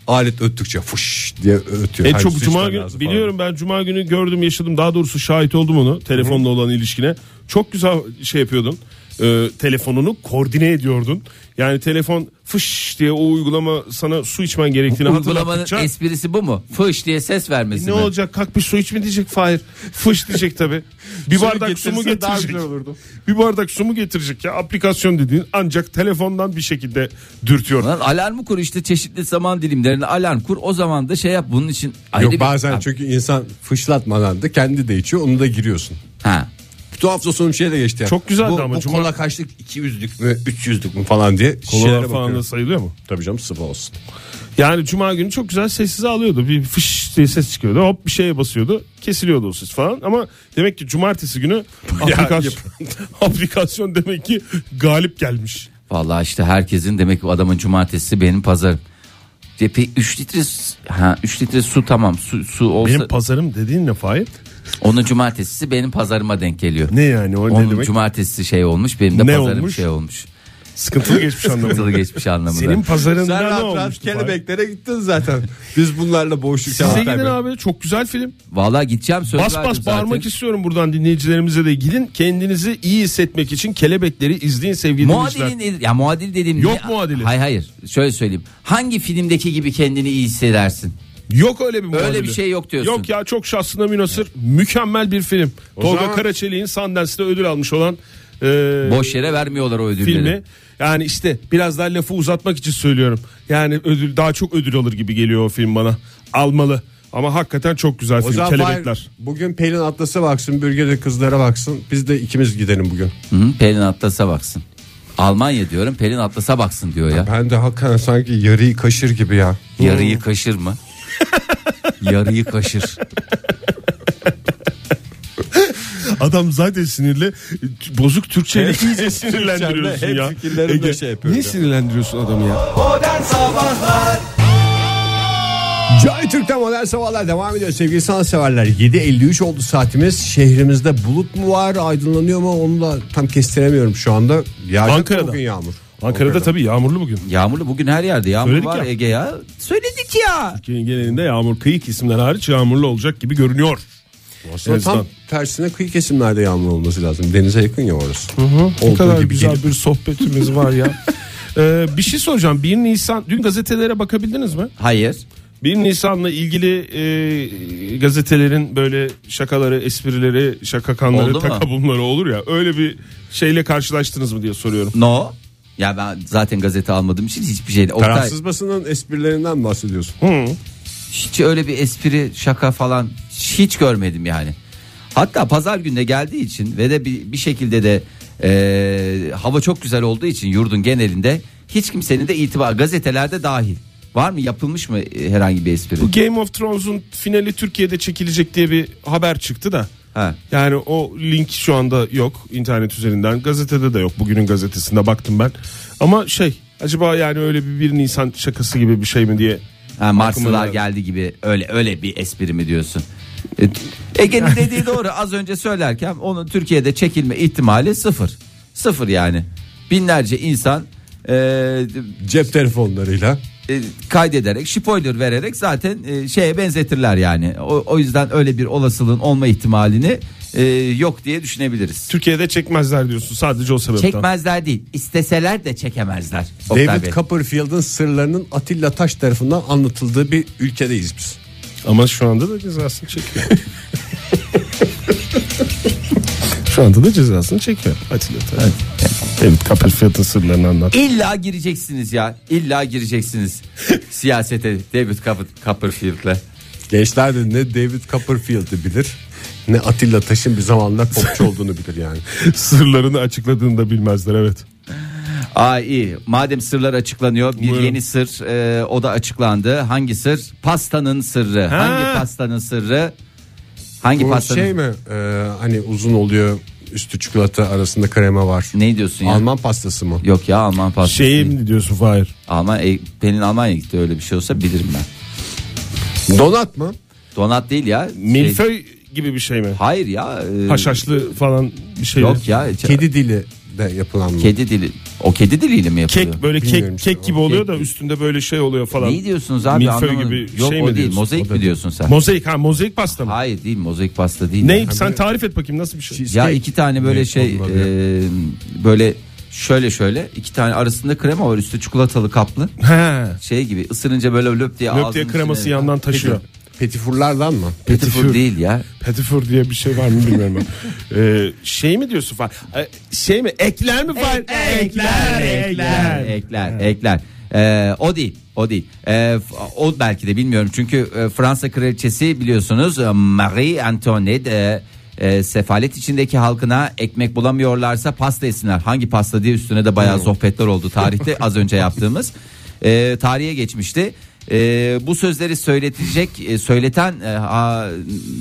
[SPEAKER 3] Alet öttükçe fuş diye ötüyor.
[SPEAKER 4] En
[SPEAKER 3] Hani
[SPEAKER 4] E, çok
[SPEAKER 3] su
[SPEAKER 4] cuma
[SPEAKER 3] içmen
[SPEAKER 4] günü
[SPEAKER 3] lazım falan.
[SPEAKER 4] biliyorum ben cuma günü gördüm yaşadım daha doğrusu şahit oldum onu telefonla olan ilişkine. Çok güzel şey yapıyordun. Ee, telefonunu koordine ediyordun. Yani telefon fış diye o uygulama sana su içmen gerektiğini
[SPEAKER 2] Uygulamanın
[SPEAKER 4] hatırlattıkça
[SPEAKER 2] esprisi bu mu? Fış diye ses vermesi
[SPEAKER 3] E,
[SPEAKER 4] E, ne
[SPEAKER 2] mi?
[SPEAKER 4] olacak kalk bir su iç mi diyecek Fahir. Fış diyecek tabi. Bir
[SPEAKER 3] Suyu
[SPEAKER 4] bardak su mu
[SPEAKER 3] getirse daha
[SPEAKER 4] getirecek?
[SPEAKER 3] güzel olurdu.
[SPEAKER 4] Bir bardak su mu getirecek ya? Aplikasyon dediğin ancak telefondan bir şekilde dürtüyor.
[SPEAKER 2] Lan alarmı kur işte çeşitli zaman dilimlerine alarm kur. O zaman da şey yap bunun için ayrı
[SPEAKER 3] Yok
[SPEAKER 2] bir-
[SPEAKER 3] bazen
[SPEAKER 2] Ha.
[SPEAKER 3] çünkü insan fışlatmadan da kendi de içiyor onu da giriyorsun.
[SPEAKER 2] Ha.
[SPEAKER 3] Bu hafta sonu bir şey de geçti.
[SPEAKER 4] Çok güzeldi
[SPEAKER 3] bu,
[SPEAKER 4] ama
[SPEAKER 3] Bu
[SPEAKER 4] cuma-
[SPEAKER 3] kola kaçlık 200'lük mü 300'lük mü falan diye
[SPEAKER 4] Kolalar
[SPEAKER 3] şişelere
[SPEAKER 4] falan da
[SPEAKER 3] bakıyorum.
[SPEAKER 4] sayılıyor mu?
[SPEAKER 3] Tabii canım sıvı olsun.
[SPEAKER 4] Yani cuma günü çok güzel sessize alıyordu. Bir fış diye ses çıkıyordu. Hop bir şeye basıyordu. Kesiliyordu o ses falan. Ama demek ki cumartesi günü aplikasyon, aplikasyon demek ki galip gelmiş.
[SPEAKER 2] Vallahi işte herkesin demek ki adamın cumartesi benim pazarım. Cephe 3 litre s- ha 3 litre su tamam su, su olsa
[SPEAKER 4] Benim pazarım dediğin ne Fahir?
[SPEAKER 2] onun cumartesisi benim pazarıma denk geliyor.
[SPEAKER 4] Ne yani o ne
[SPEAKER 2] onun
[SPEAKER 4] demek?
[SPEAKER 2] cumartesisi şey olmuş benim de
[SPEAKER 4] Ne
[SPEAKER 2] pazarım
[SPEAKER 4] olmuş?
[SPEAKER 2] şey olmuş.
[SPEAKER 4] Sıkıntılı geçmiş
[SPEAKER 2] Sıkıntılı
[SPEAKER 4] anlamında.
[SPEAKER 2] geçmiş anlamında.
[SPEAKER 4] Senin pazarında
[SPEAKER 3] Sen
[SPEAKER 4] ne
[SPEAKER 3] rahat rahat
[SPEAKER 4] olmuştu Fahir?
[SPEAKER 3] kelebeklere gittin zaten. Biz bunlarla boğuştuk.
[SPEAKER 4] Size
[SPEAKER 3] Seyahat
[SPEAKER 4] gidin
[SPEAKER 3] kaybı.
[SPEAKER 4] abi çok güzel film.
[SPEAKER 2] Vallahi gideceğim söz
[SPEAKER 4] Bas
[SPEAKER 2] verdim
[SPEAKER 4] bas
[SPEAKER 2] zaten.
[SPEAKER 4] bağırmak istiyorum buradan dinleyicilerimize de gidin. Kendinizi iyi hissetmek için kelebekleri izleyin sevgili dinleyiciler.
[SPEAKER 2] Muadilin ya muadil dediğim
[SPEAKER 4] Yok muadili.
[SPEAKER 2] Hayır hayır. Şöyle söyleyeyim. Hangi filmdeki gibi kendini iyi hissedersin?
[SPEAKER 4] Yok öyle bir muadili.
[SPEAKER 2] Öyle bir şey yok diyorsun.
[SPEAKER 4] Yok ya çok şahsına münasır. Mükemmel bir film. Tolga
[SPEAKER 3] zaman-
[SPEAKER 4] Karaçelik'in Sundance'de ödül almış olan e,
[SPEAKER 2] Boş yere vermiyorlar o ödülleri.
[SPEAKER 4] filmi. Yani işte biraz daha lafı uzatmak için söylüyorum. Yani ödül daha çok ödül alır gibi geliyor o film bana. Almalı. Ama hakikaten çok güzel
[SPEAKER 3] O
[SPEAKER 4] film.
[SPEAKER 3] zaman
[SPEAKER 4] Kelebekler.
[SPEAKER 3] Fahir, bugün Pelin Atlas'a baksın, Bürger'de kızlara baksın. Biz de ikimiz gidelim bugün.
[SPEAKER 2] Hı hı, Pelin Atlas'a baksın. Almanya diyorum Pelin Atlas'a baksın diyor ya.
[SPEAKER 3] Ben de hakikaten sanki yarıyı kaşır gibi ya.
[SPEAKER 4] Hmm.
[SPEAKER 2] Yarıyı kaşır mı? Yarıyı kaşır.
[SPEAKER 4] Adam zaten sinirli. Bozuk Türkçeyle iyice sinirlendiriyorsun
[SPEAKER 3] Hep
[SPEAKER 4] ya.
[SPEAKER 3] fikirlerimle şey yapıyorum
[SPEAKER 4] Niye
[SPEAKER 3] ya.
[SPEAKER 4] sinirlendiriyorsun adamı ya?
[SPEAKER 3] Joy Türk'te modern sabahlar devam ediyor sevgili sanatseverler. 7.53 oldu saatimiz. Şehrimizde bulut mu var aydınlanıyor mu onu da tam kestiremiyorum şu anda. Yağacak mı
[SPEAKER 4] Ankara'da.
[SPEAKER 3] Bugün yağmur.
[SPEAKER 4] Ankara'da tabii yağmurlu bugün.
[SPEAKER 2] Yağmurlu bugün her yerde yağmur
[SPEAKER 4] Söyledik
[SPEAKER 2] var
[SPEAKER 4] ya.
[SPEAKER 2] Ege ya. Söyledik ya.
[SPEAKER 4] Türkiye'nin genelinde yağmur kıyı isimler hariç yağmurlu olacak gibi görünüyor.
[SPEAKER 3] Aslında
[SPEAKER 4] En
[SPEAKER 3] tam
[SPEAKER 4] azından.
[SPEAKER 3] tersine kıyı kesimlerde yağmur olması lazım. Denize yakın ya orası. Olduğu
[SPEAKER 4] Ne kadar
[SPEAKER 3] gibi
[SPEAKER 4] güzel
[SPEAKER 3] gelip-
[SPEAKER 4] bir sohbetimiz var ya. Ee, bir şey soracağım. 1 Nisan dün gazetelere bakabildiniz mi?
[SPEAKER 2] Hayır.
[SPEAKER 4] 1 Nisan'la ilgili e, gazetelerin böyle şakaları, esprileri, şakakanları,
[SPEAKER 2] Oldu mu?
[SPEAKER 4] takabumları olur ya. Öyle bir şeyle karşılaştınız mı diye soruyorum.
[SPEAKER 2] No. Ya ben zaten gazete almadığım için hiçbir şey. Oktay,
[SPEAKER 3] Tarafsız basının esprilerinden bahsediyorsun.
[SPEAKER 2] hiç öyle bir espri şaka falan hiç görmedim yani. Hatta pazar gününe geldiği için ve de bir, bir şekilde de e, hava çok güzel olduğu için yurdun genelinde hiç kimsenin de itibar gazetelerde dahil. Var mı yapılmış mı e, herhangi bir espri?
[SPEAKER 4] Bu Game of Thrones'un finali Türkiye'de çekilecek diye bir haber çıktı da.
[SPEAKER 2] Ha.
[SPEAKER 4] Yani o link şu anda yok internet üzerinden. Gazetede de yok. Bugünün gazetesinde baktım ben. Ama şey acaba yani öyle bir 1 Nisan şakası gibi bir şey mi diye.
[SPEAKER 2] Ha, Marslılar
[SPEAKER 4] Aklıma-
[SPEAKER 2] geldi gibi öyle öyle bir espri mi diyorsun? E, Ege'nin dediği doğru az önce söylerken onun Türkiye'de çekilme ihtimali sıfır. Sıfır yani. Binlerce insan e,
[SPEAKER 3] Cep telefonlarıyla.
[SPEAKER 2] e, kaydederek spoiler vererek zaten e, şeye benzetirler yani. O, o yüzden öyle bir olasılığın olma ihtimalini e, yok diye düşünebiliriz.
[SPEAKER 4] Türkiye'de çekmezler diyorsun sadece o sebepten.
[SPEAKER 2] Çekmezler değil. isteseler de çekemezler. Oktay
[SPEAKER 3] David
[SPEAKER 2] Bey.
[SPEAKER 3] Copperfield'ın sırlarının Atilla Taş tarafından anlatıldığı bir ülkedeyiz biz.
[SPEAKER 4] Ama şu anda da cezasını çekiyor. şu anda da cezasını çekiyor Atilla Taş. David Copperfield'ın sırlarını anlat.
[SPEAKER 2] İlla gireceksiniz ya. İlla gireceksiniz siyasete David Copper- Copperfield'le.
[SPEAKER 3] Gençler de ne David Copperfield'ı bilir ne Atilla Taş'ın bir zamanlar popçu olduğunu bilir yani.
[SPEAKER 4] Sırlarını açıkladığını da bilmezler evet.
[SPEAKER 2] Aa iyi. Madem sırlar açıklanıyor bir
[SPEAKER 4] Buyurun.
[SPEAKER 2] yeni sır e, o da açıklandı. Hangi sır? Pastanın sırrı. Hangi pastanın sırrı? Hangi
[SPEAKER 3] Bu
[SPEAKER 2] pastanın?
[SPEAKER 3] şey mi e, hani uzun oluyor üstü çikolata arasında krema var.
[SPEAKER 2] Ne diyorsun ya?
[SPEAKER 3] Alman pastası mı?
[SPEAKER 2] Yok ya Alman pastası.
[SPEAKER 4] Şeyi mi diyorsun Fahir?
[SPEAKER 2] Alman e, Pelin Almanya'ya gitti öyle bir şey olsa bilirim ben.
[SPEAKER 3] Donat mı?
[SPEAKER 2] Donat değil ya. şey-
[SPEAKER 4] Milföy gibi bir şey mi?
[SPEAKER 2] hayır ya. e,
[SPEAKER 4] Haşhaşlı falan bir şey.
[SPEAKER 2] Yok ya. ç-
[SPEAKER 3] Kedi dili de yapılan mı?
[SPEAKER 2] Kedi dili. O kedi diliyle mi yapılıyor?
[SPEAKER 4] Kek böyle
[SPEAKER 3] Bilmiyorum
[SPEAKER 4] kek
[SPEAKER 3] işte
[SPEAKER 4] kek gibi oluyor da üstünde böyle şey oluyor falan.
[SPEAKER 2] Neyi diyorsunuz abi
[SPEAKER 4] Milföy
[SPEAKER 2] anlamadım.
[SPEAKER 4] gibi
[SPEAKER 2] Yok
[SPEAKER 4] şey
[SPEAKER 2] o değil
[SPEAKER 4] mi diyorsun?
[SPEAKER 2] mozaik mi diyorsun sen?
[SPEAKER 4] Mozaik ha mozaik pasta mı?
[SPEAKER 2] hayır değil mozaik pasta değil.
[SPEAKER 4] Ne?
[SPEAKER 2] Ya.
[SPEAKER 4] Sen tarif et bakayım nasıl bir şey?
[SPEAKER 2] Ya
[SPEAKER 3] Cheesecake
[SPEAKER 2] iki tane böyle
[SPEAKER 3] mi?
[SPEAKER 2] şey
[SPEAKER 3] Onlar
[SPEAKER 2] e,
[SPEAKER 3] ya.
[SPEAKER 2] böyle şöyle şöyle iki tane arasında krema var üstü çikolatalı kaplı
[SPEAKER 4] He.
[SPEAKER 2] şey gibi ısırınca böyle löp diye
[SPEAKER 4] Löp
[SPEAKER 2] ağzının
[SPEAKER 4] diye kreması
[SPEAKER 2] içine-
[SPEAKER 4] yandan taşıyor.
[SPEAKER 3] Petifurlardan mı?
[SPEAKER 2] Petit four değil ya.
[SPEAKER 4] Petifur diye bir şey var mı bilmiyorum. ben. ee, şey mi diyorsun falan? Şey mi? Ekler mi falan?
[SPEAKER 2] ekler ekler ekler. Ee, o değil o değil Ee, f- o belki de bilmiyorum çünkü e, Fransa kraliçesi biliyorsunuz e, Marie Antoinette e, e, sefalet içindeki halkına ekmek bulamıyorlarsa pasta yesinler hangi pasta diye üstüne de bayağı sohbetler oldu tarihte az önce yaptığımız Ee, tarihe geçmişti Ee, bu sözleri söyletecek e, söyleten e, ha-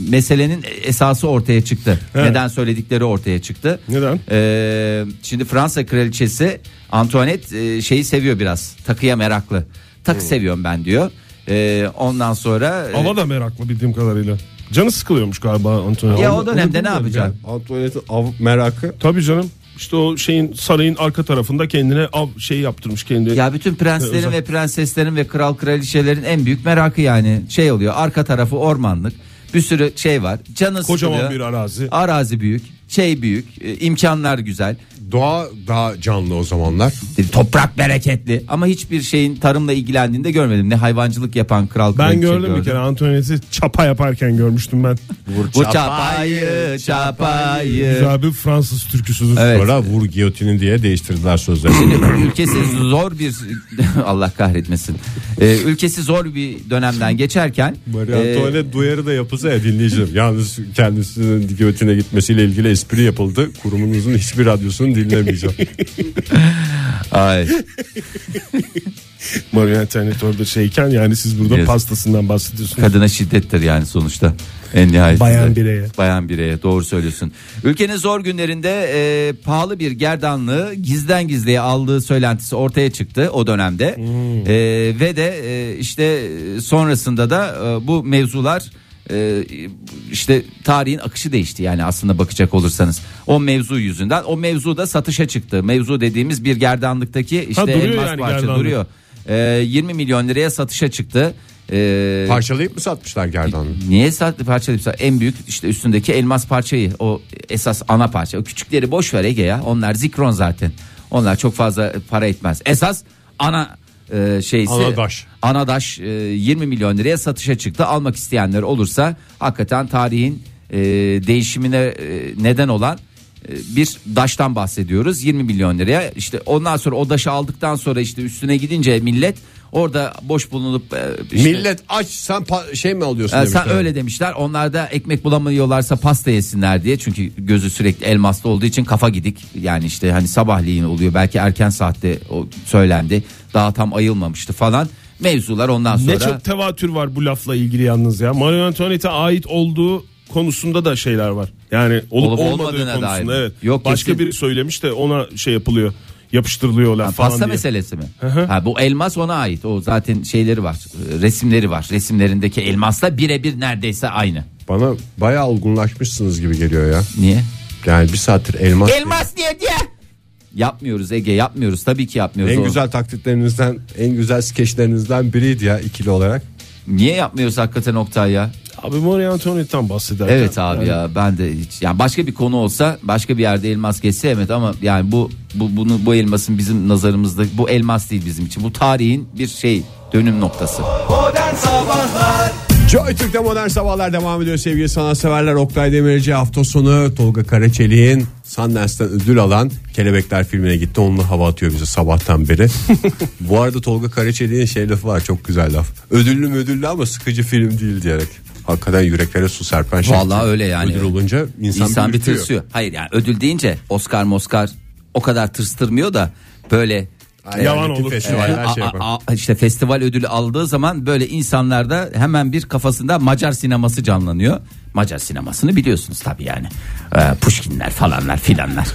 [SPEAKER 2] meselenin esası ortaya çıktı neden söyledikleri ortaya çıktı
[SPEAKER 4] Neden?
[SPEAKER 2] ee, şimdi Fransa kraliçesi Antoinette e, şeyi seviyor biraz. Takıya meraklı. Takı seviyorum ben diyor. Ee, ondan sonra e,
[SPEAKER 4] Ava da meraklı bildiğim kadarıyla. Canı sıkılıyormuş galiba Antonio.
[SPEAKER 2] ya o
[SPEAKER 4] Onu-
[SPEAKER 2] dönemde ne
[SPEAKER 3] Bilmiyorum
[SPEAKER 2] yapacak?
[SPEAKER 3] yani. Antoinette'in av merakı.
[SPEAKER 4] Tabii canım. İşte o şeyin sarayın arka tarafında kendine av şey yaptırmış kendi.
[SPEAKER 2] Ya bütün prenslerin
[SPEAKER 4] Özel-
[SPEAKER 2] ve prenseslerin ve kral kraliçelerin en büyük merakı yani şey oluyor. Arka tarafı ormanlık. Bir sürü şey var. Canı
[SPEAKER 4] Kocaman
[SPEAKER 2] sıkılıyor.
[SPEAKER 4] bir arazi.
[SPEAKER 2] Arazi büyük, şey büyük, e, imkanlar güzel. E,
[SPEAKER 3] Doğa daha canlı o zamanlar.
[SPEAKER 2] Toprak bereketli ama hiçbir şeyin tarımla ilgilendiğini de görmedim. Ne hayvancılık yapan kral
[SPEAKER 4] Ben
[SPEAKER 2] kraliçe
[SPEAKER 4] gördüm bir
[SPEAKER 2] gördüm.
[SPEAKER 4] kere Antoinette'i çapa yaparken görmüştüm ben.
[SPEAKER 2] Bu çapayı, çapayı.
[SPEAKER 4] Güzel bir Fransız türküsüdür.
[SPEAKER 2] Evet.
[SPEAKER 3] Sonra vur giyotini diye değiştirdiler sözlerini.
[SPEAKER 2] ülkesi zor bir Allah kahretmesin. Ee, ülkesi zor bir dönemden geçerken
[SPEAKER 3] Marie
[SPEAKER 2] e,
[SPEAKER 3] Antoinette duyarı da yapılsa ya dinleyicilerim. Yalnız kendisinin götüne gitmesiyle ilgili espri yapıldı. Kurumunuzun hiçbir radyosunu dinlemeyeceğim.
[SPEAKER 2] ay.
[SPEAKER 4] Maria Antoinette orada şeyken yani siz burada
[SPEAKER 2] Yazık.
[SPEAKER 4] pastasından bahsediyorsunuz.
[SPEAKER 2] Kadına şiddettir yani sonuçta en nihayetinde.
[SPEAKER 4] Bayan bireye.
[SPEAKER 2] Bayan bireye doğru söylüyorsun. Ülkenin zor günlerinde e, pahalı bir gerdanlığı gizden gizliye aldığı söylentisi ortaya çıktı o dönemde.
[SPEAKER 4] Hmm.
[SPEAKER 2] E, ve de e, işte sonrasında da e, bu mevzular e, işte tarihin akışı değişti yani aslında bakacak olursanız o mevzu yüzünden o mevzu da satışa çıktı mevzu dediğimiz bir gerdanlıktaki işte
[SPEAKER 4] duruyor
[SPEAKER 2] elmas
[SPEAKER 4] yani
[SPEAKER 2] parça
[SPEAKER 4] gerdanlık.
[SPEAKER 2] duruyor E, 20 milyon liraya satışa çıktı E,
[SPEAKER 3] Parçalayıp mı satmışlar gerdanı?
[SPEAKER 2] Niye saatli parçalayıp sa- en büyük işte üstündeki elmas parçayı o esas ana parça. O küçükleri boş ver Ege ya. Onlar zikron zaten. Onlar çok fazla para etmez. Esas ana e, şeysi
[SPEAKER 3] Anadaş.
[SPEAKER 2] Anadaş e, 20 milyon liraya satışa çıktı. Almak isteyenler olursa hakikaten tarihin e, değişimine e, neden olan e, bir daştan bahsediyoruz 20 milyon liraya işte ondan sonra o daşı aldıktan sonra işte üstüne gidince millet orada boş bulunup e, işte-
[SPEAKER 3] Millet aç sen pa- şey mi alıyorsun
[SPEAKER 2] ee,
[SPEAKER 3] demişler.
[SPEAKER 2] sen öyle demişler. Onlar da ekmek bulamıyorlarsa pasta yesinler diye. Çünkü gözü sürekli elmaslı olduğu için kafa gidik. Yani işte hani sabahleyin oluyor. Belki erken saatte o söylendi. Daha tam ayılmamıştı falan. Mevzular ondan sonra.
[SPEAKER 4] Ne çok tevatür var bu lafla ilgili yalnız ya. Maria Antoinette'e ait olduğu konusunda da şeyler var. Yani olup,
[SPEAKER 2] Olup
[SPEAKER 4] olmadığı
[SPEAKER 2] olmadığına
[SPEAKER 4] konusunda
[SPEAKER 2] dair.
[SPEAKER 4] evet.
[SPEAKER 2] Yok,
[SPEAKER 4] Başka
[SPEAKER 2] kesin-
[SPEAKER 4] biri söylemiş de ona şey yapılıyor. Yapıştırılıyor laf
[SPEAKER 2] Ha,
[SPEAKER 4] falan
[SPEAKER 2] pasta
[SPEAKER 4] diye.
[SPEAKER 2] meselesi mi? Ha, bu elmas ona ait. O zaten şeyleri var. e, Resimleri var. Resimlerindeki elmasla birebir neredeyse aynı.
[SPEAKER 3] Bana bayağı olgunlaşmışsınız gibi geliyor ya.
[SPEAKER 2] Niye?
[SPEAKER 3] Yani bir saattir elmas.
[SPEAKER 2] Elmas diye diye. Yapmıyoruz Ege yapmıyoruz. Tabii ki yapmıyoruz.
[SPEAKER 3] En
[SPEAKER 2] O-
[SPEAKER 3] güzel taklitlerinizden, en güzel skeçlerinizden biriydi ya ikili olarak.
[SPEAKER 2] Niye yapmıyoruz hakikaten Oktay ya?
[SPEAKER 4] Abi Maria Antoinette'den bahsederken.
[SPEAKER 2] Evet abi ya ben de hiç yani başka bir konu olsa başka bir yerde elmas geçse evet ama yani bu bu bunu bu elmasın bizim nazarımızda bu elmas değil bizim için. Bu tarihin bir şey dönüm noktası.
[SPEAKER 3] Joy Türk'te modern sabahlar devam ediyor sevgili sanatseverler. Oktay Demirci hafta sonu Tolga Karaçelik'in Sundance'den ödül alan Kelebekler filmine gitti. Onunla hava atıyor bize sabahtan beri. Bu arada Tolga Karaçelik'in şey lafı var çok güzel laf. Ödüllü ödüllü ama sıkıcı film değil diyerek. Hakikaten yüreklere su serpen şey.
[SPEAKER 2] Vallahi öyle yani.
[SPEAKER 3] Ödül olunca insan,
[SPEAKER 2] İnsan, bir
[SPEAKER 3] ürküyor.
[SPEAKER 2] tırsıyor. Hayır yani ödül deyince Oscar Moskar o kadar tırstırmıyor da böyle
[SPEAKER 4] Yalan olur.
[SPEAKER 3] Festivaller
[SPEAKER 2] e,
[SPEAKER 3] şey
[SPEAKER 2] a-
[SPEAKER 3] yapar.
[SPEAKER 2] a- a- işte festival ödülü aldığı zaman böyle insanlarda hemen bir kafasında Macar sineması canlanıyor. Macar sinemasını biliyorsunuz tabii yani. Ee, Pushkinler falanlar filanlar.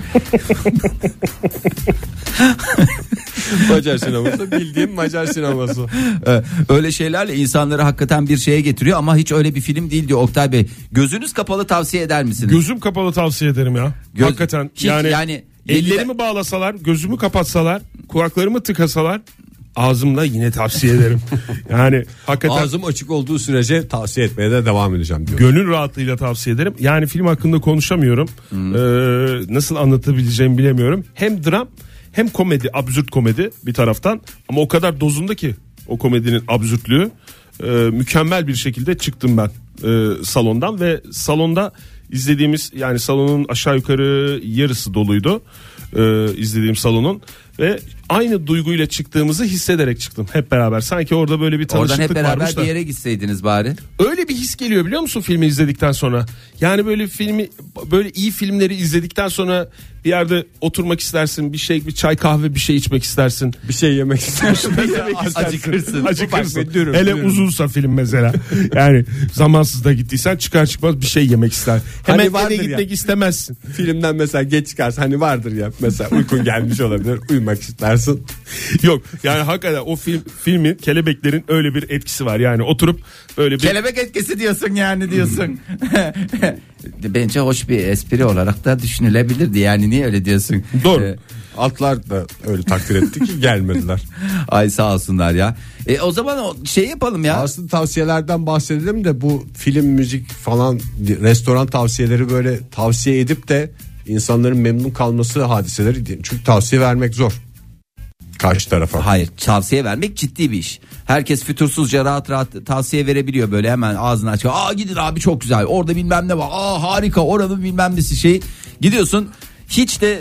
[SPEAKER 3] Macar sineması bildiğim Macar sineması.
[SPEAKER 2] Ee, öyle şeylerle insanları hakikaten bir şeye getiriyor ama hiç öyle bir film değil diyor Oktay Bey. Gözünüz kapalı tavsiye eder misiniz?
[SPEAKER 4] Gözüm kapalı tavsiye ederim ya.
[SPEAKER 2] Göz-
[SPEAKER 4] Hakikaten
[SPEAKER 2] Hiç
[SPEAKER 4] yani,
[SPEAKER 2] yani-
[SPEAKER 4] ellerimi bağlasalar, gözümü kapatsalar, kulaklarımı tıkasalar ağzımla yine tavsiye ederim. yani hakikaten
[SPEAKER 3] Ağzım açık olduğu sürece tavsiye etmeye de devam edeceğim diyor.
[SPEAKER 4] gönül rahatlığıyla tavsiye ederim. Yani film hakkında konuşamıyorum.
[SPEAKER 2] Hmm.
[SPEAKER 4] Ee, nasıl anlatabileceğimi bilemiyorum. Hem dram hem komedi, absürt komedi bir taraftan ama o kadar dozunda ki o komedinin absürtlüğü Ee, mükemmel bir şekilde çıktım ben e, salondan ve salonda izlediğimiz yani salonun aşağı yukarı yarısı doluydu Ee, izlediğim salonun ve aynı duyguyla çıktığımızı hissederek çıktım hep beraber sanki orada böyle bir
[SPEAKER 2] Oradan hep
[SPEAKER 4] tanışıklık varmış
[SPEAKER 2] beraber
[SPEAKER 4] da.
[SPEAKER 2] bir yere gitseydiniz bari.
[SPEAKER 4] Öyle bir his geliyor biliyor musun filmi izledikten sonra? Yani böyle filmi böyle iyi filmleri izledikten sonra bir yerde oturmak istersin. Bir şey bir çay kahve bir şey içmek istersin.
[SPEAKER 3] Bir şey yemek istersin.
[SPEAKER 4] Bir yemek istersin.
[SPEAKER 2] acıkırsın.
[SPEAKER 4] Acıkırsın.
[SPEAKER 3] Ufak bir dürüm,
[SPEAKER 4] Hele
[SPEAKER 3] dürüm.
[SPEAKER 4] uzunsa film mesela. Yani zamansız da gittiysen çıkar çıkmaz bir şey yemek ister.
[SPEAKER 3] Hani
[SPEAKER 4] Hemen
[SPEAKER 3] vardır
[SPEAKER 4] eve
[SPEAKER 3] ya.
[SPEAKER 4] gitmek istemezsin.
[SPEAKER 3] Filmden mesela geç çıkarsa hani vardır ya mesela uykun gelmiş olabilir uyumak istersin.
[SPEAKER 4] Yok yani hakikaten o film filmin kelebeklerin öyle bir etkisi var. Yani oturup böyle bir
[SPEAKER 2] Kelebek etkisi diyorsun yani diyorsun. Bence hoş bir espri olarak da düşünülebilirdi. Yani niye öyle diyorsun?
[SPEAKER 4] Doğru.
[SPEAKER 2] Ee,
[SPEAKER 3] Atlar da öyle takdir etti ki gelmediler.
[SPEAKER 2] Ay sağ olsunlar ya. E, o zaman o şey yapalım ya.
[SPEAKER 3] Aslında tavsiyelerden bahsedelim de bu film müzik falan restoran tavsiyeleri böyle tavsiye edip de insanların memnun kalması hadiseleri değil. Çünkü tavsiye vermek zor. Karşı tarafa.
[SPEAKER 2] Hayır tavsiye vermek ciddi bir iş. Herkes fütursuzca rahat rahat tavsiye verebiliyor böyle hemen ağzını açıyor. Aa gidin abi çok güzel orada bilmem ne var. Aa harika oranın bilmem nesi şey. Gidiyorsun hiç de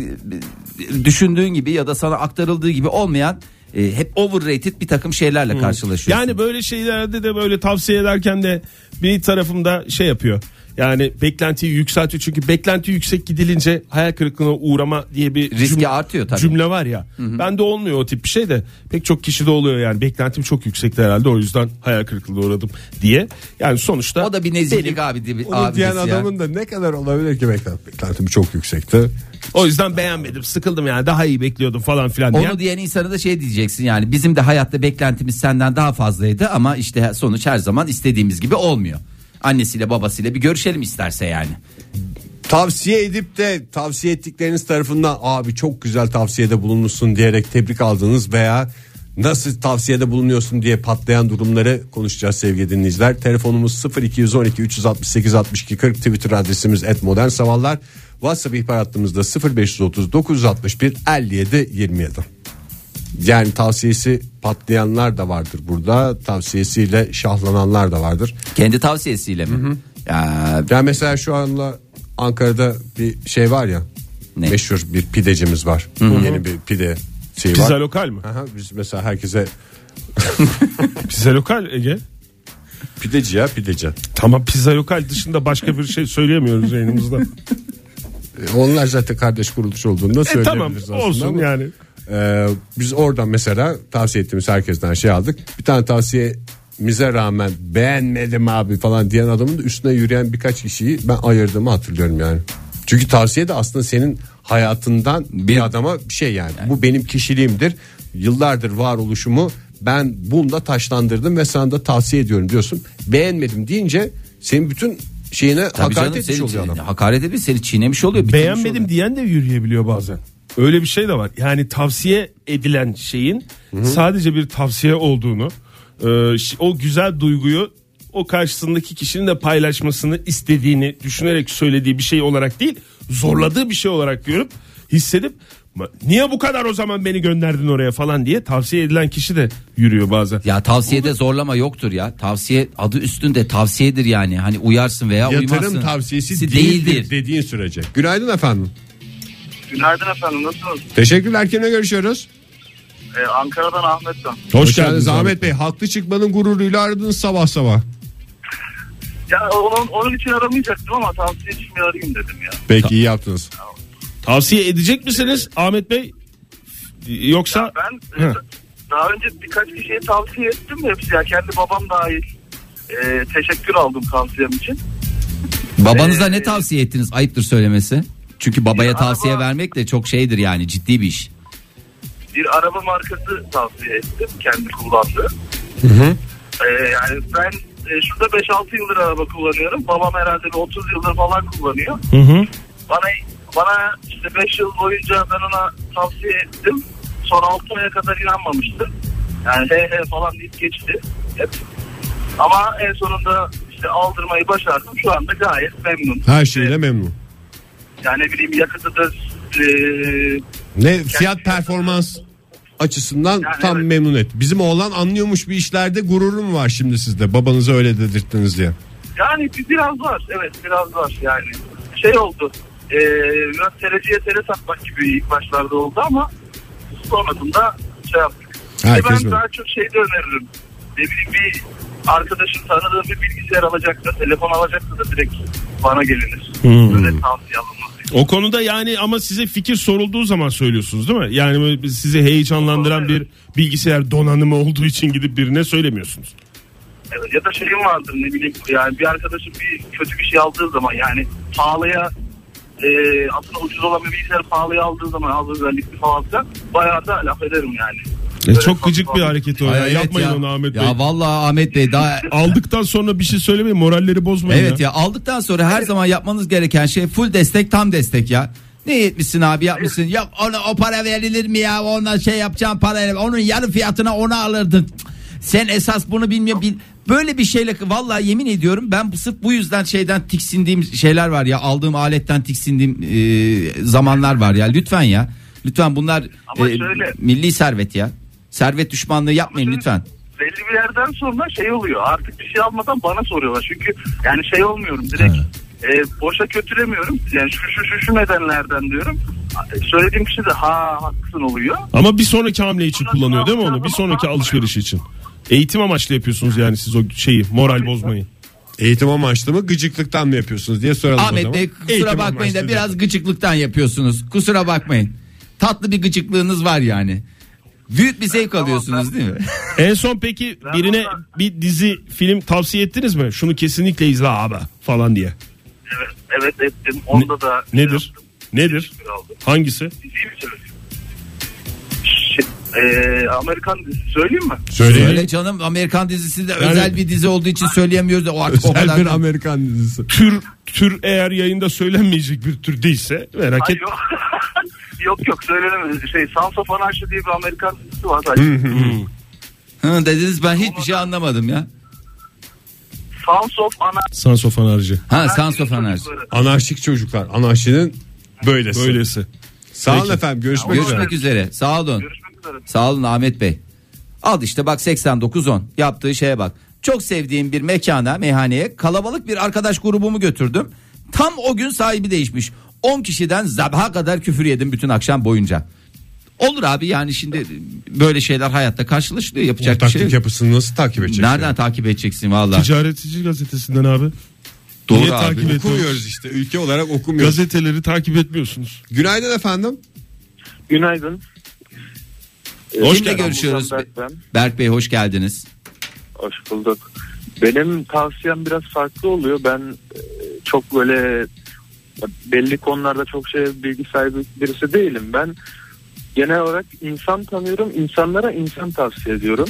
[SPEAKER 2] e, düşündüğün gibi ya da sana aktarıldığı gibi olmayan e, hep overrated bir takım şeylerle
[SPEAKER 3] Hmm.
[SPEAKER 2] karşılaşıyorsun.
[SPEAKER 4] Yani böyle şeylerde de böyle tavsiye ederken de bir tarafımda şey yapıyor. Yani beklentiyi yükseltiyor. Çünkü beklenti yüksek gidilince hayal kırıklığına uğrama diye bir
[SPEAKER 2] Riski
[SPEAKER 4] cümle-
[SPEAKER 2] artıyor tabii.
[SPEAKER 4] cümle var ya. Bende olmuyor o tip bir şey de pek çok kişide oluyor yani. Beklentim çok yüksekti herhalde o yüzden hayal kırıklığına uğradım diye. Yani sonuçta
[SPEAKER 2] O da bir nezihlik abi diye
[SPEAKER 3] Onu
[SPEAKER 2] abi
[SPEAKER 3] diyen adamın da ne kadar olabilir ki beklentim, beklentim çok yüksekti.
[SPEAKER 4] o yüzden beğenmedim. Sıkıldım yani. Daha iyi bekliyordum falan filan diye.
[SPEAKER 2] Onu diyen insana da şey diyeceksin yani bizim de hayatta beklentimiz senden daha fazlaydı ama işte sonuç her zaman istediğimiz gibi olmuyor. Annesiyle babasıyla bir görüşelim isterse yani.
[SPEAKER 3] Tavsiye edip de tavsiye ettikleriniz tarafından abi çok güzel tavsiyede bulunmuşsun diyerek tebrik aldınız veya nasıl tavsiyede bulunuyorsun diye patlayan durumları konuşacağız sevgili dinleyiciler. Telefonumuz 0212 368 62 40 Twitter adresimiz et modern savallar. WhatsApp ihbar hattımızda 0530 961 57 27. Yani tavsiyesi patlayanlar da vardır burada. Tavsiyesiyle şahlananlar da vardır.
[SPEAKER 2] Kendi tavsiyesiyle mi? Ya
[SPEAKER 3] Ya mesela şu anda Ankara'da bir şey var ya.
[SPEAKER 2] Ne?
[SPEAKER 3] Meşhur bir pidecimiz var. Yeni bir pide şeyi
[SPEAKER 4] Pizza
[SPEAKER 3] var.
[SPEAKER 4] lokal mı?
[SPEAKER 3] Aha, biz mesela herkese
[SPEAKER 4] Pizza lokal Ege.
[SPEAKER 3] pideci ya pideci.
[SPEAKER 4] Tamam pizza lokal dışında başka bir şey söyleyemiyoruz yayınımızda.
[SPEAKER 3] E, Onlar zaten kardeş kuruluş olduğunda
[SPEAKER 4] e,
[SPEAKER 3] söyleyebiliriz
[SPEAKER 4] tamam
[SPEAKER 3] aslında.
[SPEAKER 4] olsun
[SPEAKER 3] ama,
[SPEAKER 4] yani.
[SPEAKER 3] e, biz oradan mesela tavsiye ettiğimiz herkesten şey aldık. Bir tane tavsiyemize rağmen beğenmedim abi falan diyen adamın da üstüne yürüyen birkaç kişiyi ben ayırdığımı hatırlıyorum yani. Çünkü tavsiye de aslında senin hayatından bir adama bir şey yani. Bu benim kişiliğimdir. Yıllardır varoluşumu ben bunda taşlandırdım ve sana da tavsiye ediyorum diyorsun. Beğenmedim deyince senin bütün şeyine
[SPEAKER 2] tabii
[SPEAKER 3] hakaret
[SPEAKER 2] canım
[SPEAKER 3] etmiş
[SPEAKER 2] seni,
[SPEAKER 3] oluyor adam.
[SPEAKER 2] hakaret etmiş seni çiğnemiş oluyor. bitirmiş
[SPEAKER 4] Beğenmedim
[SPEAKER 2] oluyor.
[SPEAKER 4] diyen de yürüyebiliyor bazen. Öyle bir şey de var. Yani tavsiye edilen şeyin sadece bir tavsiye olduğunu, e, ş- o güzel duyguyu o karşısındaki kişinin de paylaşmasını istediğini düşünerek söylediği bir şey olarak değil, zorladığı bir şey olarak görüp hissedip "Ma- niye bu kadar o zaman beni gönderdin oraya falan diye tavsiye edilen kişi de yürüyor bazen.
[SPEAKER 2] Ya tavsiyede zorlama yoktur ya. Tavsiye adı üstünde tavsiyedir yani. Hani uyarsın veya uymazsın.
[SPEAKER 3] Yatırım tavsiyesi
[SPEAKER 2] Si-
[SPEAKER 3] değildir, dediğin sürece. Günaydın efendim.
[SPEAKER 5] Günaydın efendim nasılsınız?
[SPEAKER 3] Teşekkürler kimle görüşüyoruz?
[SPEAKER 5] Ee, Ankara'dan Ahmet ben.
[SPEAKER 3] Hoş, geldiniz Ahmet Bey. Haklı çıkmanın gururuyla aradınız sabah sabah.
[SPEAKER 5] Ya onun, onun için aramayacaktım ama tavsiye için bir arayayım dedim ya.
[SPEAKER 3] Peki iyi yaptınız.
[SPEAKER 4] Tavsiye edecek misiniz Ahmet Bey? Yoksa
[SPEAKER 5] Ben e,
[SPEAKER 4] Hı.
[SPEAKER 5] daha önce birkaç kişiye tavsiye ettim de hepsi ya kendi babam dahil. Ee, teşekkür aldım tavsiyem için.
[SPEAKER 2] Babanıza
[SPEAKER 5] Ee,
[SPEAKER 2] ne tavsiye ettiniz? Ayıptır söylemesi. Çünkü babaya
[SPEAKER 5] Ya
[SPEAKER 2] tavsiye
[SPEAKER 5] araba-
[SPEAKER 2] vermek de çok şeydir yani ciddi bir iş.
[SPEAKER 5] Bir araba markası tavsiye ettim kendi kullandığı. Ee, yani ben e, şurada 5-6 yıldır araba kullanıyorum. Babam herhalde bir 30 yıldır falan kullanıyor. Bana bana işte 5 yıl boyunca ben ona tavsiye ettim. Son 6 aya kadar inanmamıştı. Yani he he falan deyip geçti. Hep. Ama en sonunda işte aldırmayı başardım. Şu anda gayet memnun.
[SPEAKER 3] Her şeyle memnun.
[SPEAKER 5] Yani ne bileyim e, yakıtıdır. eee,
[SPEAKER 3] Ne fiyat performans açısından
[SPEAKER 5] Yani
[SPEAKER 3] tam
[SPEAKER 5] evet.
[SPEAKER 3] memnun et. Bizim oğlan anlıyormuş bir işlerde gururum var şimdi sizde. Babanıza öyle dedirttiniz diye.
[SPEAKER 5] Yani bir- biraz var. Evet biraz var yani. Şey oldu. E, biraz tereciye tere satmak gibi ilk başlarda oldu ama sonrasında şey yaptık.
[SPEAKER 3] Herkes
[SPEAKER 5] Herkes ben
[SPEAKER 3] mi?
[SPEAKER 5] daha çok şeyde öneririm. Ne bileyim bir arkadaşım tanıdığım bir bilgisayar alacaksa, telefon alacaksa da direkt bana gelinir. Böyle tavsiye alınmaz.
[SPEAKER 4] O konuda yani ama size fikir sorulduğu zaman söylüyorsunuz değil mi? Yani böyle bir- sizi heyecanlandıran bir bilgisayar donanımı olduğu için gidip birine söylemiyorsunuz.
[SPEAKER 5] Evet, ya da şeyim vardır ne bileyim yani bir arkadaşım bir kötü bir şey aldığı zaman yani pahalıya e, aslında ucuz olan bir bilgisayarı pahalıya aldığı zaman az özellikli falan filan bayağı da laf ederim yani. Böyle
[SPEAKER 4] E, çok
[SPEAKER 5] saçma
[SPEAKER 4] gıcık bir hareket o ya.
[SPEAKER 2] Ay, evet
[SPEAKER 4] Yapmayın
[SPEAKER 2] ya.
[SPEAKER 4] onu Ahmet
[SPEAKER 2] ya
[SPEAKER 4] Bey.
[SPEAKER 2] vallahi Ahmet Bey daha
[SPEAKER 4] Aldıktan sonra bir şey söylemeyin moralleri bozmayın
[SPEAKER 2] Evet
[SPEAKER 4] ya.
[SPEAKER 2] ya aldıktan sonra her zaman yapmanız gereken şey full destek tam destek ya. Ne yetmişsin abi yapmışsın. Yok ona o para verilir mi ya? Ona şey yapacağım para onun yarı fiyatına onu alırdın. Cık, Sen esas bunu bilmiyor bil- Böyle bir şeyle vallahi yemin ediyorum ben bu- sırf bu yüzden şeyden tiksindiğim şeyler var ya aldığım aletten tiksindiğim e, zamanlar var ya lütfen ya. Lütfen bunlar
[SPEAKER 5] Ama
[SPEAKER 2] e,
[SPEAKER 5] şöyle-
[SPEAKER 2] milli servet ya. Servet düşmanlığı yapmayın
[SPEAKER 5] şöyle-
[SPEAKER 2] lütfen.
[SPEAKER 5] Belli bir yerden sonra şey oluyor artık bir şey almadan bana soruyorlar çünkü yani şey olmuyorum direkt e, boşa kötülemiyorum yani şu şu şu şu nedenlerden diyorum söylediğim kişi de ha haklısın oluyor.
[SPEAKER 4] Ama bir sonraki hamle için kullanıyor değil mi onu? Bir sonraki alışveriş için. Eğitim amaçlı yapıyorsunuz yani siz o şeyi moral bozmayın.
[SPEAKER 3] Eğitim amaçlı mı gıcıklıktan mı yapıyorsunuz diye soralım o
[SPEAKER 2] Ahmet
[SPEAKER 3] zaman.
[SPEAKER 2] Bey
[SPEAKER 3] Eğitim
[SPEAKER 2] kusura bakmayın da
[SPEAKER 3] amaçlı
[SPEAKER 2] biraz gıcıklıktan yapıyorsunuz. Kusura bakmayın. Tatlı bir gıcıklığınız var yani. Büyük bir zevk alıyorsunuz değil mi?
[SPEAKER 4] En son peki birine bir dizi film tavsiye ettiniz mi? Şunu kesinlikle izle abi falan diye.
[SPEAKER 5] Evet, evet ettim. Onda da
[SPEAKER 4] Nedir? Nedir?
[SPEAKER 5] Aldım.
[SPEAKER 4] Hangisi?
[SPEAKER 5] Diziyi mi söyleyeyim? Şi- Ee, Amerikan dizisi söyleyeyim mi?
[SPEAKER 3] Söyleyin.
[SPEAKER 2] Öyle canım Amerikan dizisi de özel bir dizi olduğu için söyleyemiyoruz da o artık o
[SPEAKER 3] Özel
[SPEAKER 2] kadar.
[SPEAKER 3] bir Amerikan dizisi.
[SPEAKER 4] Tür tür eğer yayında söylenmeyecek bir tür değilse merak
[SPEAKER 5] Ay,
[SPEAKER 4] et.
[SPEAKER 5] yok. yok yok söylenemez. Şey Sons of Anarchy diye bir Amerikan dizisi var. Sadece.
[SPEAKER 2] Hı, dediniz ben hiçbir şey anlamadım ya.
[SPEAKER 5] Sons of Anarchy.
[SPEAKER 4] Sons of Anarchy.
[SPEAKER 2] Ha Sons of Anarchy.
[SPEAKER 3] Anarşik çocuklar. Anarşinin böylesi.
[SPEAKER 4] Böylesi.
[SPEAKER 3] Sağ olun
[SPEAKER 4] Peki.
[SPEAKER 3] efendim. Görüşmek üzere.
[SPEAKER 2] Görüşmek üzere. Sağ olun.
[SPEAKER 5] Görüşmek üzere.
[SPEAKER 2] Sağ olun Ahmet Bey. Al işte bak 89-10 yaptığı şeye bak. Çok sevdiğim bir mekana meyhaneye kalabalık bir arkadaş grubumu götürdüm. Tam o gün sahibi değişmiş. 10 kişiden zabaha kadar küfür yedim bütün akşam boyunca. Olur abi yani şimdi böyle şeyler hayatta karşılaşılıyor yapacak bir şey.
[SPEAKER 3] Taktik
[SPEAKER 2] yok.
[SPEAKER 3] yapısını nasıl takip edeceksin?
[SPEAKER 2] Nereden takip edeceksin valla?
[SPEAKER 4] Ticaretçi gazetesinden abi.
[SPEAKER 2] Doğru
[SPEAKER 4] niye
[SPEAKER 2] abi.
[SPEAKER 4] takip ediyorsun?
[SPEAKER 3] Okumuyoruz işte. Ülke olarak okumuyoruz.
[SPEAKER 4] Gazeteleri takip etmiyorsunuz.
[SPEAKER 3] Günaydın efendim.
[SPEAKER 6] Günaydın.
[SPEAKER 3] şey?
[SPEAKER 2] Hoş
[SPEAKER 6] Kimle
[SPEAKER 2] geldin.
[SPEAKER 6] görüşüyoruz? Berk ben.
[SPEAKER 2] Berk Bey hoş geldiniz.
[SPEAKER 6] Hoş bulduk. Benim tavsiyem biraz farklı oluyor. Ben e, çok böyle belli konularda çok şey bilgi sahibi birisi değilim. Ben genel olarak insan tanıyorum. İnsanlara insan tavsiye ediyorum.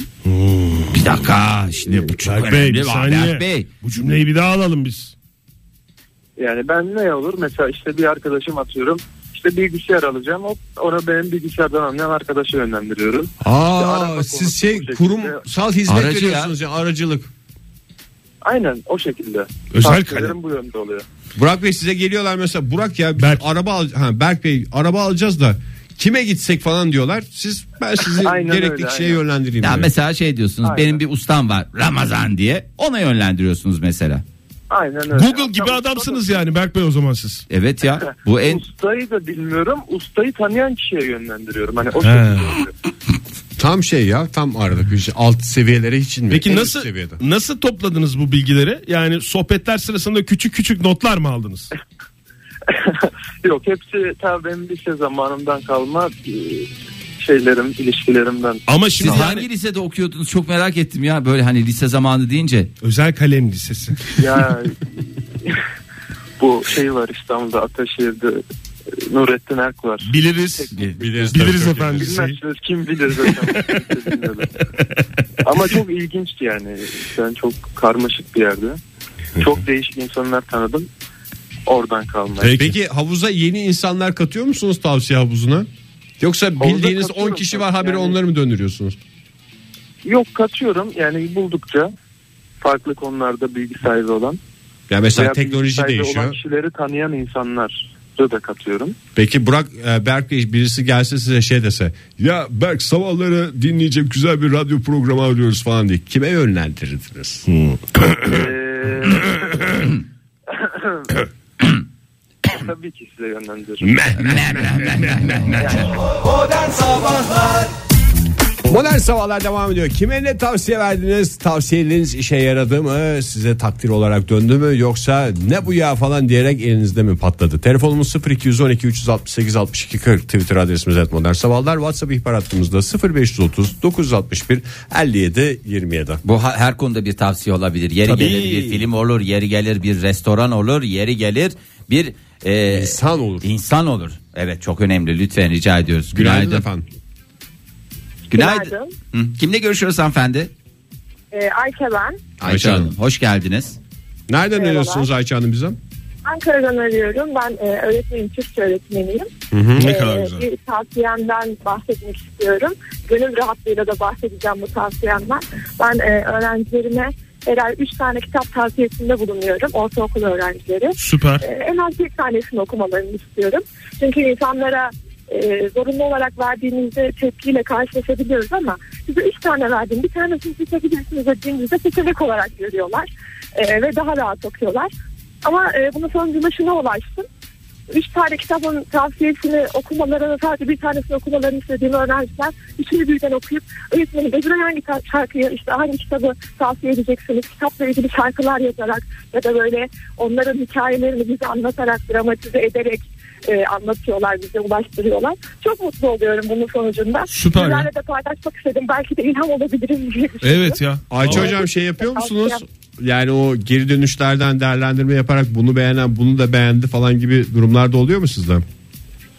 [SPEAKER 2] Bir dakika şimdi bu çok
[SPEAKER 4] Berk Bey,
[SPEAKER 2] önemli.
[SPEAKER 4] bir saniye.
[SPEAKER 2] Berk Bey.
[SPEAKER 4] Bu cümleyi bir daha alalım biz.
[SPEAKER 6] Yani ben ne olur mesela işte bir arkadaşım atıyorum. İşte bilgisayar alacağım. Hop, ona benim bilgisayardan anlayan arkadaşı yönlendiriyorum.
[SPEAKER 3] Aa
[SPEAKER 6] araba
[SPEAKER 3] siz
[SPEAKER 6] konusu bu
[SPEAKER 3] şey
[SPEAKER 6] şekilde.
[SPEAKER 3] kurumsal hizmet
[SPEAKER 2] Aracı ya.
[SPEAKER 3] veriyorsunuz ya. aracılık.
[SPEAKER 6] Aynen o şekilde.
[SPEAKER 4] Özel
[SPEAKER 6] Tavsiyelerim bu yönde oluyor.
[SPEAKER 3] Burak Bey size geliyorlar mesela Burak ya biz
[SPEAKER 4] Berk.
[SPEAKER 3] araba al ha, Berk Bey araba alacağız da kime gitsek falan diyorlar. Siz ben sizi
[SPEAKER 6] Aynen
[SPEAKER 3] gerekli
[SPEAKER 6] öyle,
[SPEAKER 3] kişiye
[SPEAKER 6] aynen.
[SPEAKER 3] yönlendireyim.
[SPEAKER 2] Ya
[SPEAKER 3] diyor.
[SPEAKER 2] mesela şey diyorsunuz
[SPEAKER 6] Aynen.
[SPEAKER 2] benim bir ustam var Ramazan diye ona yönlendiriyorsunuz mesela.
[SPEAKER 6] Aynen öyle.
[SPEAKER 4] Google gibi
[SPEAKER 6] Hatta
[SPEAKER 4] adamsınız yani Berk Bey o zaman siz.
[SPEAKER 2] Evet ya bu en
[SPEAKER 6] Ustayı da bilmiyorum. Ustayı tanıyan kişiye yönlendiriyorum. Hani o
[SPEAKER 4] He.
[SPEAKER 6] şekilde. oluyor.
[SPEAKER 3] Tam şey ya tam aradık. İşte alt seviyelere hiç inmiyor. En
[SPEAKER 4] Peki
[SPEAKER 3] üst
[SPEAKER 4] nasıl
[SPEAKER 3] seviyede.
[SPEAKER 4] nasıl topladınız bu bilgileri? Yani sohbetler sırasında küçük küçük notlar mı aldınız?
[SPEAKER 6] Yok hepsi tabii benim lise zamanımdan kalma e, şeylerim, ilişkilerimden.
[SPEAKER 4] Ama şimdi
[SPEAKER 2] siz
[SPEAKER 4] yani
[SPEAKER 3] hani-
[SPEAKER 2] hangi lisede okuyordunuz çok merak ettim ya böyle hani lise zamanı deyince.
[SPEAKER 4] özel kalem lisesi.
[SPEAKER 6] Ya bu şey var İstanbul'da Ataşehir'de e, Nurettin Erk var.
[SPEAKER 4] Biliriz.
[SPEAKER 3] Biliriz, tabii,
[SPEAKER 4] Biliriz
[SPEAKER 3] çok
[SPEAKER 4] efendim.
[SPEAKER 6] Bilmezsiniz kim bilir zaten. Kimse bilmiyordu. Ama çok ilginçti yani. Ben çok karmaşık bir yerde. Çok değişik insanlar tanıdım. Oradan kalmaya.
[SPEAKER 3] Peki. Peki havuza yeni insanlar katıyor musunuz tavsiye havuzuna? Yoksa bildiğiniz 10
[SPEAKER 6] katıyorum
[SPEAKER 3] kişi
[SPEAKER 6] tabii.
[SPEAKER 3] var haberi
[SPEAKER 6] Yani-
[SPEAKER 3] onları mı döndürüyorsunuz?
[SPEAKER 6] Yok kaçıyorum yani buldukça farklı konularda bilgi sahibi olan
[SPEAKER 3] Ya mesela
[SPEAKER 6] veya bilgi
[SPEAKER 3] teknoloji
[SPEAKER 6] sahibi olan
[SPEAKER 3] değişiyor.
[SPEAKER 6] kişileri tanıyan insanları da katıyorum.
[SPEAKER 3] Peki Burak e, Berk Bey birisi gelse size şey dese ya Berk sabahları dinleyecek güzel bir radyo programı arıyoruz falan diye kime yönlendirirdiniz?
[SPEAKER 6] Ee, Tabii ki size yönlendiririm.
[SPEAKER 3] Modern Sabahlar devam ediyor. Kime ne tavsiye verdiniz? Tavsiyeleriniz işe yaradı mı? Size takdir olarak döndü mü? Yoksa ne bu ya falan diyerek elinizde mi patladı? Telefonumuz 0212 368 62 40. Twitter adresimiz et Modern Sabahlar. WhatsApp ihbar hattımızda 0530 961 57 27.
[SPEAKER 2] Bu ha- her konuda bir tavsiye olabilir. Yeri
[SPEAKER 3] Tabii.
[SPEAKER 2] gelir bir film olur, yeri gelir bir restoran olur, yeri gelir bir e,
[SPEAKER 3] İnsan olur.
[SPEAKER 2] insan olur. Evet çok önemli lütfen rica ediyoruz.
[SPEAKER 3] Günaydın, efendim.
[SPEAKER 2] Günaydın.
[SPEAKER 7] Günaydın.
[SPEAKER 2] Hı, Kimle görüşüyoruz hanımefendi?
[SPEAKER 7] Ee, Ayşe ben.
[SPEAKER 2] Ayşe Hanım hoş geldiniz.
[SPEAKER 3] Nereden
[SPEAKER 7] Merhabalar.
[SPEAKER 3] arıyorsunuz Ayça Hanım bize?
[SPEAKER 7] Ankara'dan arıyorum. Ben e, öğretmenim, Türkçe öğretmeniyim.
[SPEAKER 4] ne
[SPEAKER 7] Ee,
[SPEAKER 4] kadar güzel.
[SPEAKER 7] Bir tavsiyemden bahsetmek istiyorum. Gönül rahatlığıyla da bahsedeceğim bu tavsiyemden. Ben e, öğrencilerime herhalde 3 tane kitap tavsiyesinde bulunuyorum. Ortaokul öğrencileri.
[SPEAKER 4] Süper.
[SPEAKER 7] Ee, en az bir tanesini okumalarını istiyorum. Çünkü insanlara e, zorunlu olarak verdiğinizde tepkiyle karşılaşabiliyoruz ama size üç tane verdim. Bir tanesini seçebilirsiniz dediğinizde seçenek olarak görüyorlar. E, ve daha rahat okuyorlar. Ama e, bunun sonucunda şuna ulaştım. üç tane kitabın tavsiyesini okumalarını sadece bir tanesini okumalarını istediğimi öğrenciler üçünü birden okuyup öğretmenim Ebru hangi ta- şarkıyı işte hangi kitabı tavsiye edeceksiniz kitapla ilgili şarkılar yazarak ya da böyle onların hikayelerini bize anlatarak dramatize ederek e, anlatıyorlar bize ulaştırıyorlar. Çok mutlu oluyorum bunun sonucunda.
[SPEAKER 4] Süper ya.
[SPEAKER 7] Sizlerle de paylaşmak istedim. Belki de ilham olabilirim diye düşündüm.
[SPEAKER 4] Evet ya.
[SPEAKER 3] Ayça
[SPEAKER 7] Ama-
[SPEAKER 3] hocam şey yapıyor musunuz? Yani o geri dönüşlerden değerlendirme yaparak bunu beğenen bunu da beğendi falan gibi durumlar da oluyor mu sizde?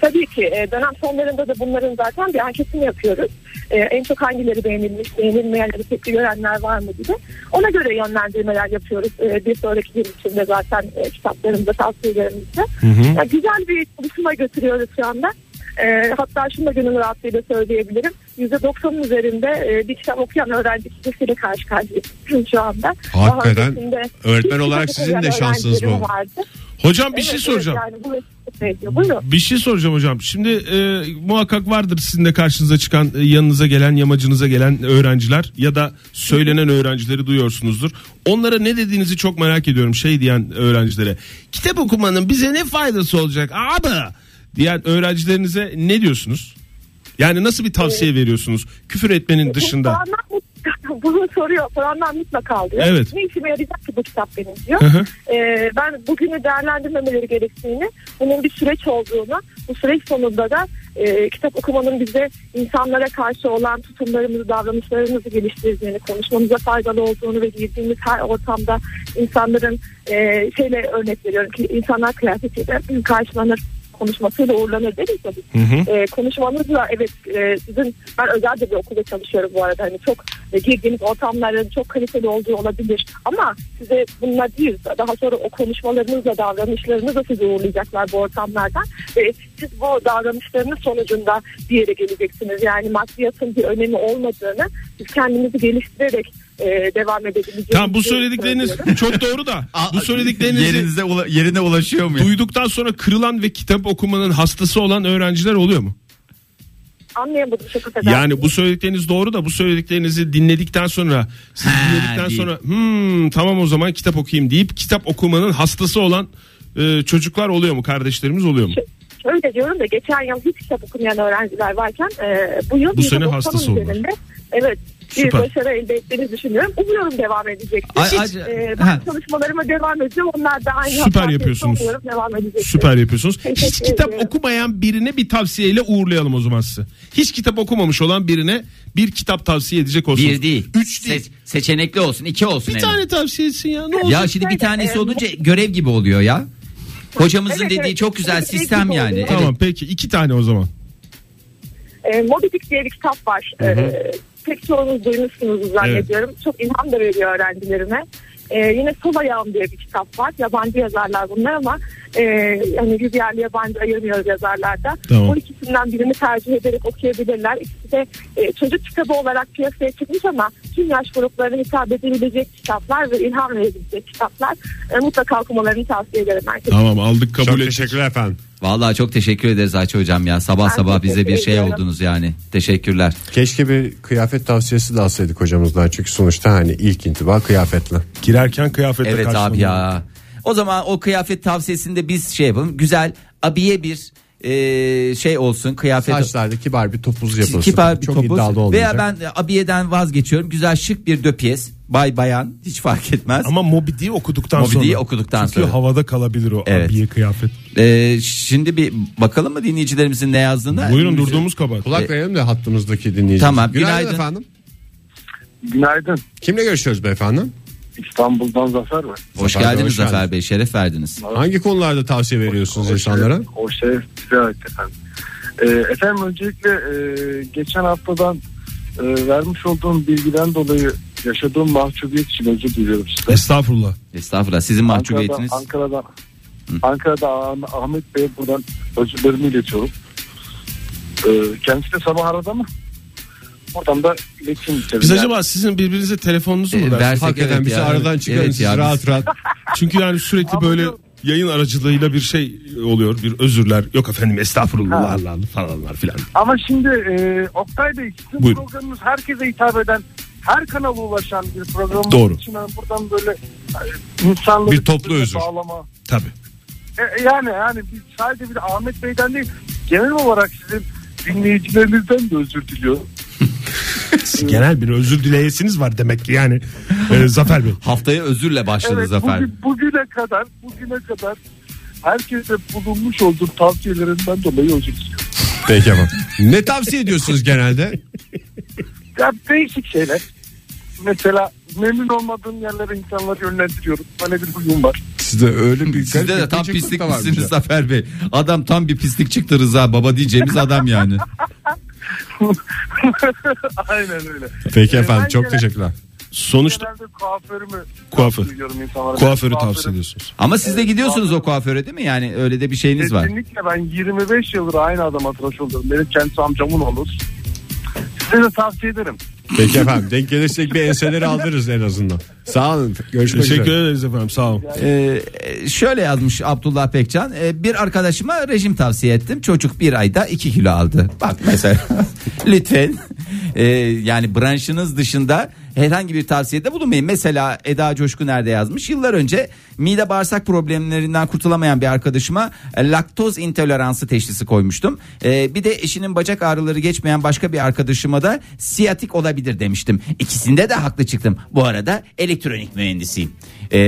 [SPEAKER 7] Tabii ki e, dönem sonlarında da bunların zaten bir anketini yapıyoruz. E, en çok hangileri beğenilmiş, beğenilmeyen ya da tepki görenler var mı gibi. Ona göre yönlendirmeler yapıyoruz. E, bir sonraki yıl içinde zaten e, kitaplarımızda, tavsiyelerimizde. Ya, güzel bir buluşma götürüyoruz şu anda. E, hatta şunu da gönül rahatlığıyla söyleyebilirim. %90'ın üzerinde e, bir kitap okuyan öğrenci kitlesiyle karşı karşıyayız şu anda. Daha
[SPEAKER 3] Hakikaten
[SPEAKER 7] öncesinde
[SPEAKER 3] öğretmen
[SPEAKER 7] hiç
[SPEAKER 3] olarak
[SPEAKER 7] kitap
[SPEAKER 3] sizin de
[SPEAKER 7] okuyan
[SPEAKER 3] şansınız bu.
[SPEAKER 7] öğrencilerim vardı.
[SPEAKER 4] Hocam bir şey
[SPEAKER 7] Evet,
[SPEAKER 4] soracağım.
[SPEAKER 7] Evet, yani bu vesile- Buyurun.
[SPEAKER 4] Bir şey soracağım hocam. Şimdi e, muhakkak vardır sizin de karşınıza çıkan, e, yanınıza gelen, yamacınıza gelen öğrenciler ya da söylenen öğrencileri duyuyorsunuzdur. Onlara ne dediğinizi çok merak ediyorum şey diyen öğrencilere. Kitap okumanın bize ne faydası olacak abi diyen öğrencilerinize ne diyorsunuz? Yani nasıl bir tavsiye veriyorsunuz küfür etmenin dışında?
[SPEAKER 7] Soranlar mutlaka- Bunu soruyor. Soranlar mutlaka alıyor.
[SPEAKER 4] Evet.
[SPEAKER 7] Ne işime yarayacak ki bu kitap benim diyor.
[SPEAKER 4] Hı hı.
[SPEAKER 7] Ee, ben bugünü değerlendirmemeleri gerektiğini, bunun bir süreç olduğunu, bu süreç sonunda da e, kitap okumanın bize insanlara karşı olan tutumlarımızı, davranışlarımızı geliştirdiğini, konuşmamıza faydalı olduğunu ve girdiğimiz her ortamda insanların e, şeyle örnek veriyorum ki insanlar kıyafetiyle karşılanır konuşmasıyla uğurlanır deriz ya biz. E, konuşmanızla evet e, sizin ben özel de bir okulda çalışıyorum bu arada hani çok e, girdiğiniz ortamların çok kaliteli olduğu olabilir ama size bunlar değil daha sonra o konuşmalarınızla davranışlarınızla sizi uğurlayacaklar bu ortamlardan ve siz bu davranışlarınız sonucunda bir yere geleceksiniz yani maddiyatın bir önemi olmadığını biz kendimizi geliştirerek e, devam edebileceğimiz
[SPEAKER 4] Tamam bu söyledikleriniz çok doğru da bu söylediklerinizi
[SPEAKER 2] Yerinize ula- yerine ulaşıyor mu?
[SPEAKER 4] duyduktan sonra kırılan ve kitap okumanın hastası olan öğrenciler oluyor mu?
[SPEAKER 7] anlayamadım çok affedersiniz.
[SPEAKER 4] Yani bu söyledikleriniz doğru da bu söylediklerinizi dinledikten sonra siz
[SPEAKER 2] Ha,
[SPEAKER 4] dinledikten
[SPEAKER 2] değil.
[SPEAKER 4] sonra "Hmm, tamam o zaman kitap okuyayım deyip kitap okumanın hastası olan e, çocuklar oluyor mu kardeşlerimiz oluyor mu?
[SPEAKER 7] Öyle diyorum da geçen yıl hiç kitap okumayan öğrenciler varken e, bu yıl
[SPEAKER 4] Bu
[SPEAKER 7] yüzde
[SPEAKER 4] sene
[SPEAKER 7] doksanın
[SPEAKER 4] hastası oldular.
[SPEAKER 7] üzerinde, Evet bir
[SPEAKER 4] Süper.
[SPEAKER 7] başarı elde ettiğini düşünüyorum. Umuyorum devam edecektir.
[SPEAKER 2] Ay,
[SPEAKER 7] Hiç,
[SPEAKER 2] ac-
[SPEAKER 7] e,
[SPEAKER 2] ha.
[SPEAKER 7] ben çalışmalarıma devam edeceğim. Onlar da aynı
[SPEAKER 4] Süper
[SPEAKER 7] hassasiyette
[SPEAKER 4] yapıyorsunuz.
[SPEAKER 7] umuyorum Devam edecektir.
[SPEAKER 4] Süper yapıyorsunuz. Hiç
[SPEAKER 7] Teşekkür
[SPEAKER 4] kitap
[SPEAKER 7] ediyorum.
[SPEAKER 4] okumayan birine bir tavsiyeyle uğurlayalım o zaman sizi. Hiç kitap okumamış olan birine bir kitap tavsiye edecek olsun.
[SPEAKER 2] Bir değil.
[SPEAKER 4] Üç değil.
[SPEAKER 2] Se- seçenekli olsun. iki olsun.
[SPEAKER 4] bir
[SPEAKER 2] en
[SPEAKER 4] tane tavsiye etsin ya ne olacak?
[SPEAKER 2] Ya şimdi bir tanesi
[SPEAKER 7] Evet.
[SPEAKER 2] olunca görev gibi oluyor ya. Hocamızın
[SPEAKER 7] Ee, Evet,
[SPEAKER 2] dediği
[SPEAKER 7] evet.
[SPEAKER 2] çok güzel
[SPEAKER 7] Görev gibi
[SPEAKER 2] sistem
[SPEAKER 7] oluyor.
[SPEAKER 2] yani.
[SPEAKER 4] Tamam peki iki tane o zaman.
[SPEAKER 7] E, Moby Dick diye bir kitap var. E, pek çoğunuz duymuşsunuz zannediyorum. Çok ilham da veriyor öğrencilerime. E, yine Sol Ayağım diye bir kitap var. Yabancı yazarlar bunlar ama e, hani biz yerli yabancı ayırmıyoruz yazarlarda.
[SPEAKER 4] Tamam.
[SPEAKER 7] O ikisinden birini tercih ederek okuyabilirler. İkisi de e, çocuk kitabı olarak piyasaya çıkmış ama tüm yaş gruplarına hitap edebilecek kitaplar ve ilham verebilecek kitaplar. E, mutlaka okumalarını tavsiye ederim herkese.
[SPEAKER 4] Tamam aldık kabul
[SPEAKER 3] Çok
[SPEAKER 4] ettik.
[SPEAKER 3] teşekkürler efendim.
[SPEAKER 2] Vallahi çok teşekkür ederiz Ayça hocam ya. Sabah
[SPEAKER 7] Ben
[SPEAKER 2] sabah bize
[SPEAKER 7] teşekkür
[SPEAKER 2] bir şey
[SPEAKER 7] ediyorum.
[SPEAKER 2] oldunuz yani. Teşekkürler.
[SPEAKER 3] Keşke bir kıyafet tavsiyesi de alsaydık hocamızdan. Çünkü sonuçta hani ilk intiba kıyafetle.
[SPEAKER 4] Girerken kıyafetle
[SPEAKER 2] Evet abi
[SPEAKER 4] karşılanıyor.
[SPEAKER 2] ya. O zaman o kıyafet tavsiyesinde biz şey yapalım. Güzel abiye bir e, şey olsun kıyafet.
[SPEAKER 3] Saçlarda kibar bir topuz yapılsın.
[SPEAKER 2] Kipa bir
[SPEAKER 3] Çok
[SPEAKER 2] topuz.
[SPEAKER 3] iddialı olmayacak.
[SPEAKER 2] Veya ben abiyeden vazgeçiyorum. Güzel şık bir döpiyes. Bay bayan hiç fark etmez.
[SPEAKER 4] Ama Moby Dick'i okuduktan
[SPEAKER 2] Moby
[SPEAKER 4] sonra.
[SPEAKER 2] Dick'i okuduktan
[SPEAKER 4] Çünkü
[SPEAKER 2] sonra.
[SPEAKER 4] havada kalabilir o
[SPEAKER 2] Evet.
[SPEAKER 4] abiye kıyafet.
[SPEAKER 2] E, şimdi bir bakalım mı dinleyicilerimizin ne yazdığını?
[SPEAKER 4] Buyurun durduğumuz kabahat.
[SPEAKER 3] Kulak verelim de hattımızdaki dinleyicimiz.
[SPEAKER 2] E, Tamam,
[SPEAKER 3] Günaydın,
[SPEAKER 2] günaydın.
[SPEAKER 3] efendim.
[SPEAKER 6] Günaydın.
[SPEAKER 3] Kimle görüşüyoruz beyefendi?
[SPEAKER 6] İstanbul'dan Zafer var.
[SPEAKER 2] Hoş
[SPEAKER 3] Zafer Bey,
[SPEAKER 2] geldiniz
[SPEAKER 3] hoş geldiniz.
[SPEAKER 2] Zafer Bey. Şeref verdiniz.
[SPEAKER 3] Hangi konularda tavsiye veriyorsunuz insanlara?
[SPEAKER 6] O şeref bize ait efendim. Ee, efendim öncelikle e, geçen haftadan e, vermiş olduğum bilgiden dolayı yaşadığım mahcubiyet için özür diliyorum size.
[SPEAKER 4] Estağfurullah.
[SPEAKER 2] Estağfurullah. Sizin mahcubiyetiniz.
[SPEAKER 6] Ankara'dan, Ankara'dan, Ankara'da Ahmet Bey'e buradan özürlerimi iletiyorum. Ee, kendisi de sabah arada mı? Oradan da iletişim
[SPEAKER 4] Biz
[SPEAKER 6] yani.
[SPEAKER 4] acaba sizin birbirinize telefonunuzu mu
[SPEAKER 2] E,
[SPEAKER 4] versek?
[SPEAKER 2] versek
[SPEAKER 3] Hakikaten
[SPEAKER 2] evet
[SPEAKER 3] bizi
[SPEAKER 2] ya.
[SPEAKER 3] aradan çıkarın
[SPEAKER 2] Evet
[SPEAKER 3] siz
[SPEAKER 2] ya, biz-
[SPEAKER 3] rahat rahat.
[SPEAKER 4] Çünkü yani sürekli böyle yayın aracılığıyla bir şey oluyor. Bir özürler. Yok efendim estağfurullahlar falanlar filan.
[SPEAKER 5] Ama şimdi e, Oktay Bey sizin
[SPEAKER 4] Buyurun.
[SPEAKER 5] programınız herkese hitap eden her kanala ulaşan bir program
[SPEAKER 4] Doğru.
[SPEAKER 5] için ben buradan böyle e, insanları
[SPEAKER 4] Bir toplu
[SPEAKER 5] birbirine
[SPEAKER 4] özür.
[SPEAKER 5] bağlama
[SPEAKER 4] Tabii.
[SPEAKER 5] E, yani yani biz sadece bir de Ahmet Bey'den değil genel olarak sizin dinleyicilerinizden de özür diliyorum.
[SPEAKER 4] Genel bir özür dileyesiniz var demek ki yani Ee, Zafer Bey.
[SPEAKER 2] Haftaya özürle başladı
[SPEAKER 5] Evet
[SPEAKER 2] Zafer.
[SPEAKER 5] bugün, bugüne kadar bugüne kadar herkese bulunmuş olduğum tavsiyelerinden dolayı özür diliyorum.
[SPEAKER 3] Peki efendim. ne tavsiye ediyorsunuz genelde?
[SPEAKER 5] Ya değişik şeyler. Mesela memnun olmadığım yerlere insanları yönlendiriyorum. Böyle bir huyum var.
[SPEAKER 3] Sizde öyle bir
[SPEAKER 2] Sizde de
[SPEAKER 3] garip
[SPEAKER 2] tam
[SPEAKER 3] bir gıcıklık
[SPEAKER 2] pislik
[SPEAKER 3] da varmış
[SPEAKER 2] misiniz
[SPEAKER 3] ya.
[SPEAKER 2] Zafer Bey. Adam tam bir pislik çıktı Rıza baba diyeceğimiz adam yani.
[SPEAKER 5] Aynen öyle.
[SPEAKER 3] Peki efendim
[SPEAKER 5] Ben
[SPEAKER 3] çok
[SPEAKER 5] genel-
[SPEAKER 3] teşekkürler.
[SPEAKER 4] Sonuçta
[SPEAKER 5] Genelde kuaförümü
[SPEAKER 4] Kuaför.
[SPEAKER 5] duyuyorum insanlara.
[SPEAKER 4] kuaförü
[SPEAKER 5] Ben
[SPEAKER 4] tavsiye
[SPEAKER 5] kuaförüm.
[SPEAKER 4] ediyorsunuz.
[SPEAKER 2] Ama siz de gidiyorsunuz o kuaföre değil mi? Yani öyle de bir şeyiniz var.
[SPEAKER 5] Kesinlikle ben 25 yıldır aynı adama tıraş oluyorum. Benim kendisi amcamın olur. Size de tavsiye ederim.
[SPEAKER 3] Peki efendim denk gelirsek bir enseleri aldırırız en azından. Sağ olun. Görüşmek üzere.
[SPEAKER 4] Teşekkür ederiz efendim sağ olun.
[SPEAKER 2] Ee, şöyle yazmış Abdullah Pekcan. Ee, bir arkadaşıma rejim tavsiye ettim. Çocuk bir ayda 2 kilo aldı. Bak mesela lütfen ee, yani branşınız dışında herhangi bir tavsiyede bulunmayın. Mesela Eda Coşku nerede yazmış? Yıllar önce mide bağırsak problemlerinden kurtulamayan bir arkadaşıma e, laktoz intoleransı teşhisi koymuştum. Ee, bir de eşinin bacak ağrıları geçmeyen başka bir arkadaşıma da siyatik olabilir demiştim. İkisinde de haklı çıktım. Bu arada elektronik mühendisiyim. Ee,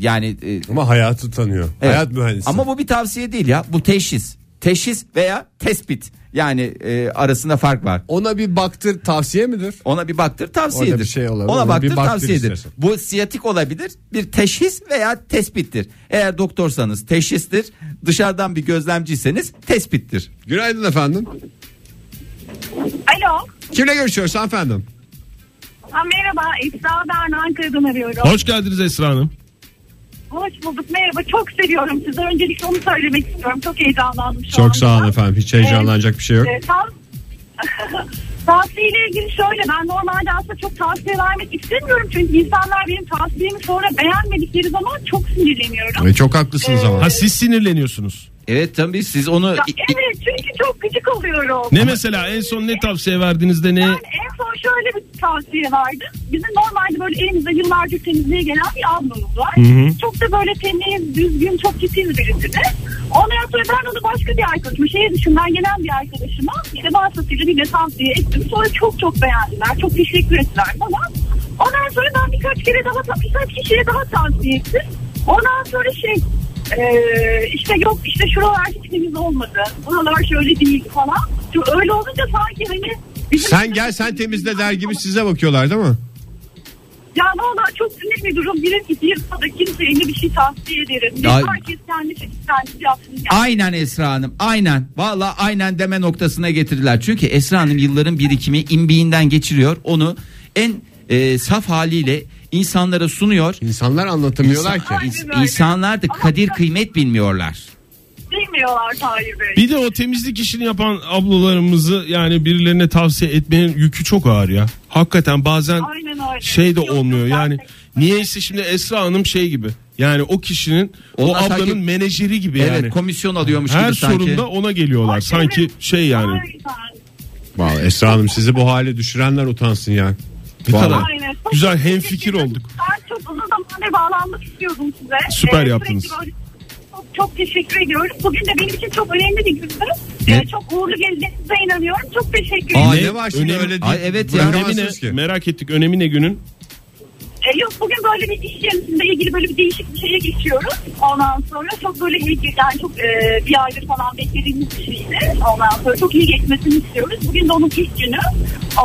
[SPEAKER 2] yani e,
[SPEAKER 3] Ama hayatı tanıyor.
[SPEAKER 2] evet.
[SPEAKER 3] Hayat mühendisi.
[SPEAKER 2] Ama bu bir tavsiye değil ya. Bu teşhis. Teşhis veya tespit. Yani e, arasında fark var.
[SPEAKER 3] Ona bir baktır tavsiye midir?
[SPEAKER 2] Ona bir baktır
[SPEAKER 3] Orada
[SPEAKER 2] tavsiyedir.
[SPEAKER 3] bir şey olabilir.
[SPEAKER 2] Ona
[SPEAKER 3] Ona
[SPEAKER 2] baktır
[SPEAKER 3] bir baktır
[SPEAKER 2] tavsiyedir.
[SPEAKER 3] istersen.
[SPEAKER 2] Bu siyatik olabilir. Bir teşhis veya tespittir. Eğer doktorsanız teşhistir. Dışarıdan bir gözlemciyseniz tespittir.
[SPEAKER 3] Günaydın efendim.
[SPEAKER 8] Alo.
[SPEAKER 3] Kimle görüşüyoruz efendim?
[SPEAKER 8] Ha, merhaba Esra ben Ankara'dan arıyorum.
[SPEAKER 4] Hoş geldiniz Esra Hanım.
[SPEAKER 8] Hoş bulduk merhaba çok seviyorum sizi. Öncelikle onu söylemek istiyorum. Çok heyecanlandım şu
[SPEAKER 3] Çok
[SPEAKER 8] anda.
[SPEAKER 3] sağ olun efendim. Hiç heyecanlanacak bir şey yok.
[SPEAKER 8] Ee, tam- Tavsiyeyle ilgili şöyle ben normalde aslında çok tavsiye vermek istemiyorum. Çünkü insanlar benim tavsiyemi sonra beğenmedikleri zaman çok sinirleniyorum.
[SPEAKER 4] E,
[SPEAKER 8] Ee,
[SPEAKER 3] Ve çok haklısınız ama.
[SPEAKER 4] Ha siz sinirleniyorsunuz.
[SPEAKER 2] Evet tabii siz onu
[SPEAKER 8] Ya, evet çünkü çok gıcık oluyorum.
[SPEAKER 4] Ne mesela en son ne tavsiye verdiniz de ne?
[SPEAKER 8] Yani en son şöyle bir tavsiye vardı. Bizim normalde böyle elimizde yıllarca temizliğe gelen bir ablamız var. Çok da böyle temiz, düzgün, çok titiz birisi de. Ondan sonra ben onu başka bir arkadaşıma, şehir dışından gelen bir arkadaşıma işte vasıtasıyla bir de tavsiye ettim. Sonra çok çok beğendiler, çok teşekkür ettiler falan. Ondan sonra ben birkaç kere daha, birkaç kişiye daha tavsiye ettim. Ondan sonra şey, ee, işte yok işte şuralar hiç temiz olmadı. Buralar şöyle değil falan. Çünkü Öyle olunca sanki hani bizim-
[SPEAKER 3] Sen gel sen temizle der gibi size bakıyorlar değil mi?
[SPEAKER 8] Ya valla çok sinir bir durum. Bilin ki bir yılda kimseye ne bir şey tavsiye ederim. Ne
[SPEAKER 2] Ya-
[SPEAKER 8] herkes kendi kendisi yapsın. Yani.
[SPEAKER 2] Aynen Esra Hanım aynen valla aynen deme noktasına getirdiler. Çünkü Esra Hanım yılların birikimi imbiğinden geçiriyor onu en e, saf haliyle insanlara sunuyor.
[SPEAKER 3] İnsanlar anlatamıyorlar ki.
[SPEAKER 8] Aynen öyle.
[SPEAKER 2] İnsanlar da
[SPEAKER 8] Ama
[SPEAKER 2] kadir kıymet bilmiyorlar.
[SPEAKER 8] Bilmiyorlar Tahir Bey.
[SPEAKER 4] Bir de o temizlik işini yapan ablalarımızı yani birilerine tavsiye etmenin yükü çok ağır ya. Hakikaten bazen
[SPEAKER 8] Aynen öyle.
[SPEAKER 4] şey de
[SPEAKER 8] Yok, yok,
[SPEAKER 4] olmuyor yani.
[SPEAKER 8] gerçekten.
[SPEAKER 4] Niyeyse şimdi Esra Hanım şey gibi. Yani o kişinin o
[SPEAKER 2] Onlar
[SPEAKER 4] ablanın
[SPEAKER 2] sanki-
[SPEAKER 4] menajeri gibi
[SPEAKER 2] Evet
[SPEAKER 4] yani.
[SPEAKER 2] komisyon alıyormuş
[SPEAKER 4] Her
[SPEAKER 2] gibi sanki.
[SPEAKER 4] sorunda ona geliyorlar.
[SPEAKER 8] Ay,
[SPEAKER 4] Sanki
[SPEAKER 8] evet.
[SPEAKER 4] şey yani.
[SPEAKER 8] Aynen.
[SPEAKER 3] Vallahi Esra Hanım sizi bu hale düşürenler utansın ya.
[SPEAKER 4] Ne kadar
[SPEAKER 3] Vallahi.
[SPEAKER 8] Aynen. Çok
[SPEAKER 4] güzel
[SPEAKER 8] teşekkür
[SPEAKER 4] hemfikir
[SPEAKER 8] ederim.
[SPEAKER 4] olduk.
[SPEAKER 8] Ben çok uzun zamandır bağlanmak istiyordum size. Ee,
[SPEAKER 4] Süper
[SPEAKER 8] sürekli
[SPEAKER 4] yaptınız.
[SPEAKER 8] böyle- Çok, çok teşekkür ediyorum. Bugün de benim için çok önemli bir gündü. Ee, çok uğurlu geleceğinize inanıyorum. Çok teşekkür ederim.
[SPEAKER 2] Ay,
[SPEAKER 3] ne var şimdi
[SPEAKER 4] önemli-
[SPEAKER 3] öyle değil.
[SPEAKER 2] Ay, evet ya.
[SPEAKER 4] Önemi ne?
[SPEAKER 3] Bırakamazsınız ki.
[SPEAKER 4] Merak ettik önemi ne günün?
[SPEAKER 8] E, yok bugün böyle bir iş yerinde ilgili böyle bir değişik bir şeye geçiyoruz. Ondan sonra çok böyle iyi ge- yani çok e, bir aydır falan beklediğimiz bir şeydi. Ondan sonra çok iyi geçmesini istiyoruz. Bugün de onun ilk günü.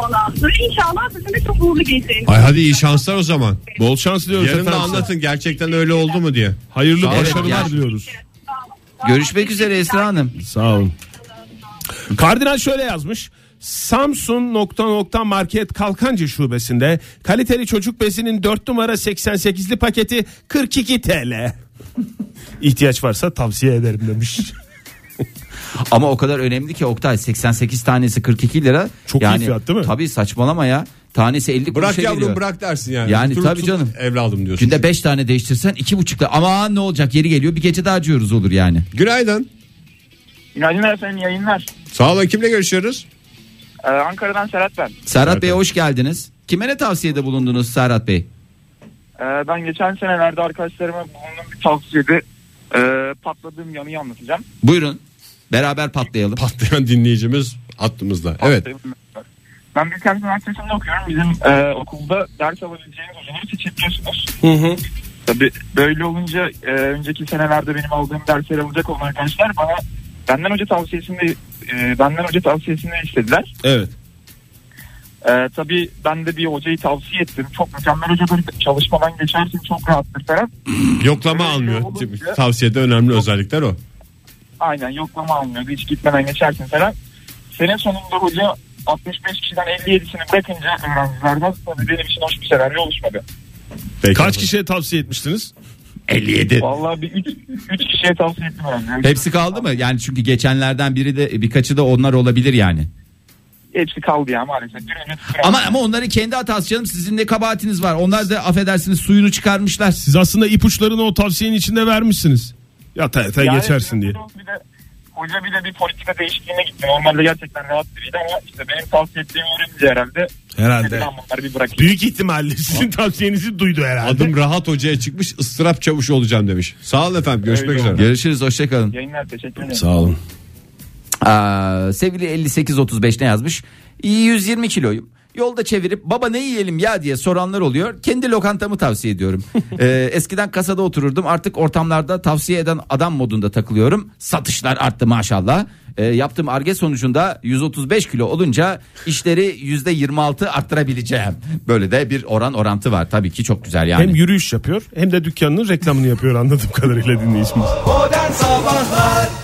[SPEAKER 8] Ondan sonra inşallah sizin de çok uğurlu geçeceğiniz.
[SPEAKER 3] Ay hadi iyi şanslar o zaman.
[SPEAKER 4] Bol şans diliyoruz
[SPEAKER 3] Yarın da
[SPEAKER 4] efendim.
[SPEAKER 3] anlatın gerçekten öyle oldu mu diye.
[SPEAKER 4] Hayırlı
[SPEAKER 3] Evet,
[SPEAKER 4] başarılar
[SPEAKER 2] yani.
[SPEAKER 4] diliyoruz.
[SPEAKER 2] Görüşmek üzere Esra Hanım.
[SPEAKER 4] Sağ olun. Kardinal şöyle yazmış. Samsun nokta nokta market Kalkancı şubesinde kaliteli çocuk bezinin 4 numara 88'li paketi 42 TL. İhtiyaç varsa tavsiye ederim demiş.
[SPEAKER 2] Ama o kadar önemli ki Oktay 88 tanesi 42 lira.
[SPEAKER 4] Çok iyi fiyat değil mi?
[SPEAKER 2] Tabii saçmalama ya. Tanesi 50
[SPEAKER 3] Bırak
[SPEAKER 2] kuruşa
[SPEAKER 3] yavrum
[SPEAKER 2] şey geliyor.
[SPEAKER 3] bırak dersin yani.
[SPEAKER 2] Yani
[SPEAKER 3] Tutup
[SPEAKER 2] tabii
[SPEAKER 3] tutup
[SPEAKER 2] canım.
[SPEAKER 3] Evladım diyorsun.
[SPEAKER 2] Günde 5 tane değiştirsen 2,5 lira. Ama ne olacak yeri geliyor bir gece daha acıyoruz olur yani.
[SPEAKER 3] Günaydın.
[SPEAKER 5] Günaydın efendim yayınlar.
[SPEAKER 3] Sağ olun kimle görüşüyoruz?
[SPEAKER 9] Ee,
[SPEAKER 5] Ankara'dan Serhat ben.
[SPEAKER 2] Serhat Bey hoş geldiniz. Kime ne tavsiyede bulundunuz Serhat Bey?
[SPEAKER 5] Ee, ben geçen senelerde arkadaşlarıma bulunduğum bir tavsiyede e,
[SPEAKER 9] patladığım yanıyı anlatacağım.
[SPEAKER 2] Buyurun. Beraber patlayalım.
[SPEAKER 3] Patlayan dinleyicimiz aklımızda. Evet.
[SPEAKER 9] Ben bir kendi üniversitesinde okuyorum. Bizim e, okulda ders alabileceğiniz hocaları seçebiliyorsunuz. Tabii böyle olunca e, önceki senelerde benim aldığım dersleri alacak olan arkadaşlar bana benden hoca tavsiyesinde e, benden hoca tavsiyesini istediler.
[SPEAKER 4] Evet.
[SPEAKER 9] E, tabii ben de bir hocayı tavsiye ettim. Çok mükemmel hocadır. Çalışmadan geçersin çok rahattır falan.
[SPEAKER 3] Yoklama almıyor. Tavsiyede önemli özellikler o.
[SPEAKER 9] Aynen yoklama almıyordu. Hiç gitmeden geçersin falan. Sene sonunda hoca 65 kişiden 57'sini bırakınca öğrencilerden tabii benim için hoş bir senaryo oluşmadı.
[SPEAKER 3] Peki.
[SPEAKER 4] Kaç kişiye tavsiye etmiştiniz?
[SPEAKER 2] 57.
[SPEAKER 9] Vallahi bir 3 kişiye tavsiye ettim öğrenciler.
[SPEAKER 2] Hepsi kaldı mı? Yani çünkü geçenlerden biri de birkaçı da onlar olabilir yani.
[SPEAKER 9] Hepsi kaldı ya maalesef. Birinci sıra-
[SPEAKER 2] Ama ama onların kendi hatası canım. Sizin de kabahatiniz var. Onlar da affedersiniz suyunu çıkarmışlar.
[SPEAKER 4] Siz aslında ipuçlarını o tavsiyenin içinde vermişsiniz. Yata yata
[SPEAKER 9] Yani
[SPEAKER 4] geçersin diye.
[SPEAKER 9] Bir de, hoca bir de bir politika değişikliğine gitti. Normalde gerçekten rahat biriydi ama işte benim tavsiye ettiğimi öğrenince herhalde. Dedi,
[SPEAKER 4] Herhalde.
[SPEAKER 9] "Lan bunları bir bırakayım.
[SPEAKER 4] Büyük ihtimalle sizin tavsiyenizi duydu herhalde.
[SPEAKER 3] Adım rahat hocaya çıkmış ıstırap çavuşu olacağım demiş. Sağ olun efendim görüşmek
[SPEAKER 9] Öyle
[SPEAKER 3] üzere.
[SPEAKER 2] Görüşürüz hoşçakalın.
[SPEAKER 9] Yayınlar teşekkür ederim.
[SPEAKER 3] Sağ olun.
[SPEAKER 2] Aa, sevgili 5835 ne yazmış? İyi 120 kiloyum. Yolda çevirip baba ne yiyelim ya diye soranlar oluyor. Kendi lokantamı tavsiye ediyorum. Ee, eskiden kasada otururdum. Artık ortamlarda tavsiye eden adam modunda takılıyorum. Satışlar arttı maşallah. Ee, yaptığım arge sonucunda 135 kilo olunca işleri %26 arttırabileceğim. Böyle de bir oran orantı var. Tabii ki çok güzel yani.
[SPEAKER 4] Hem yürüyüş yapıyor hem de dükkanının reklamını yapıyor anladığım kadarıyla dinleyicimiz.
[SPEAKER 2] Modern Sabahlar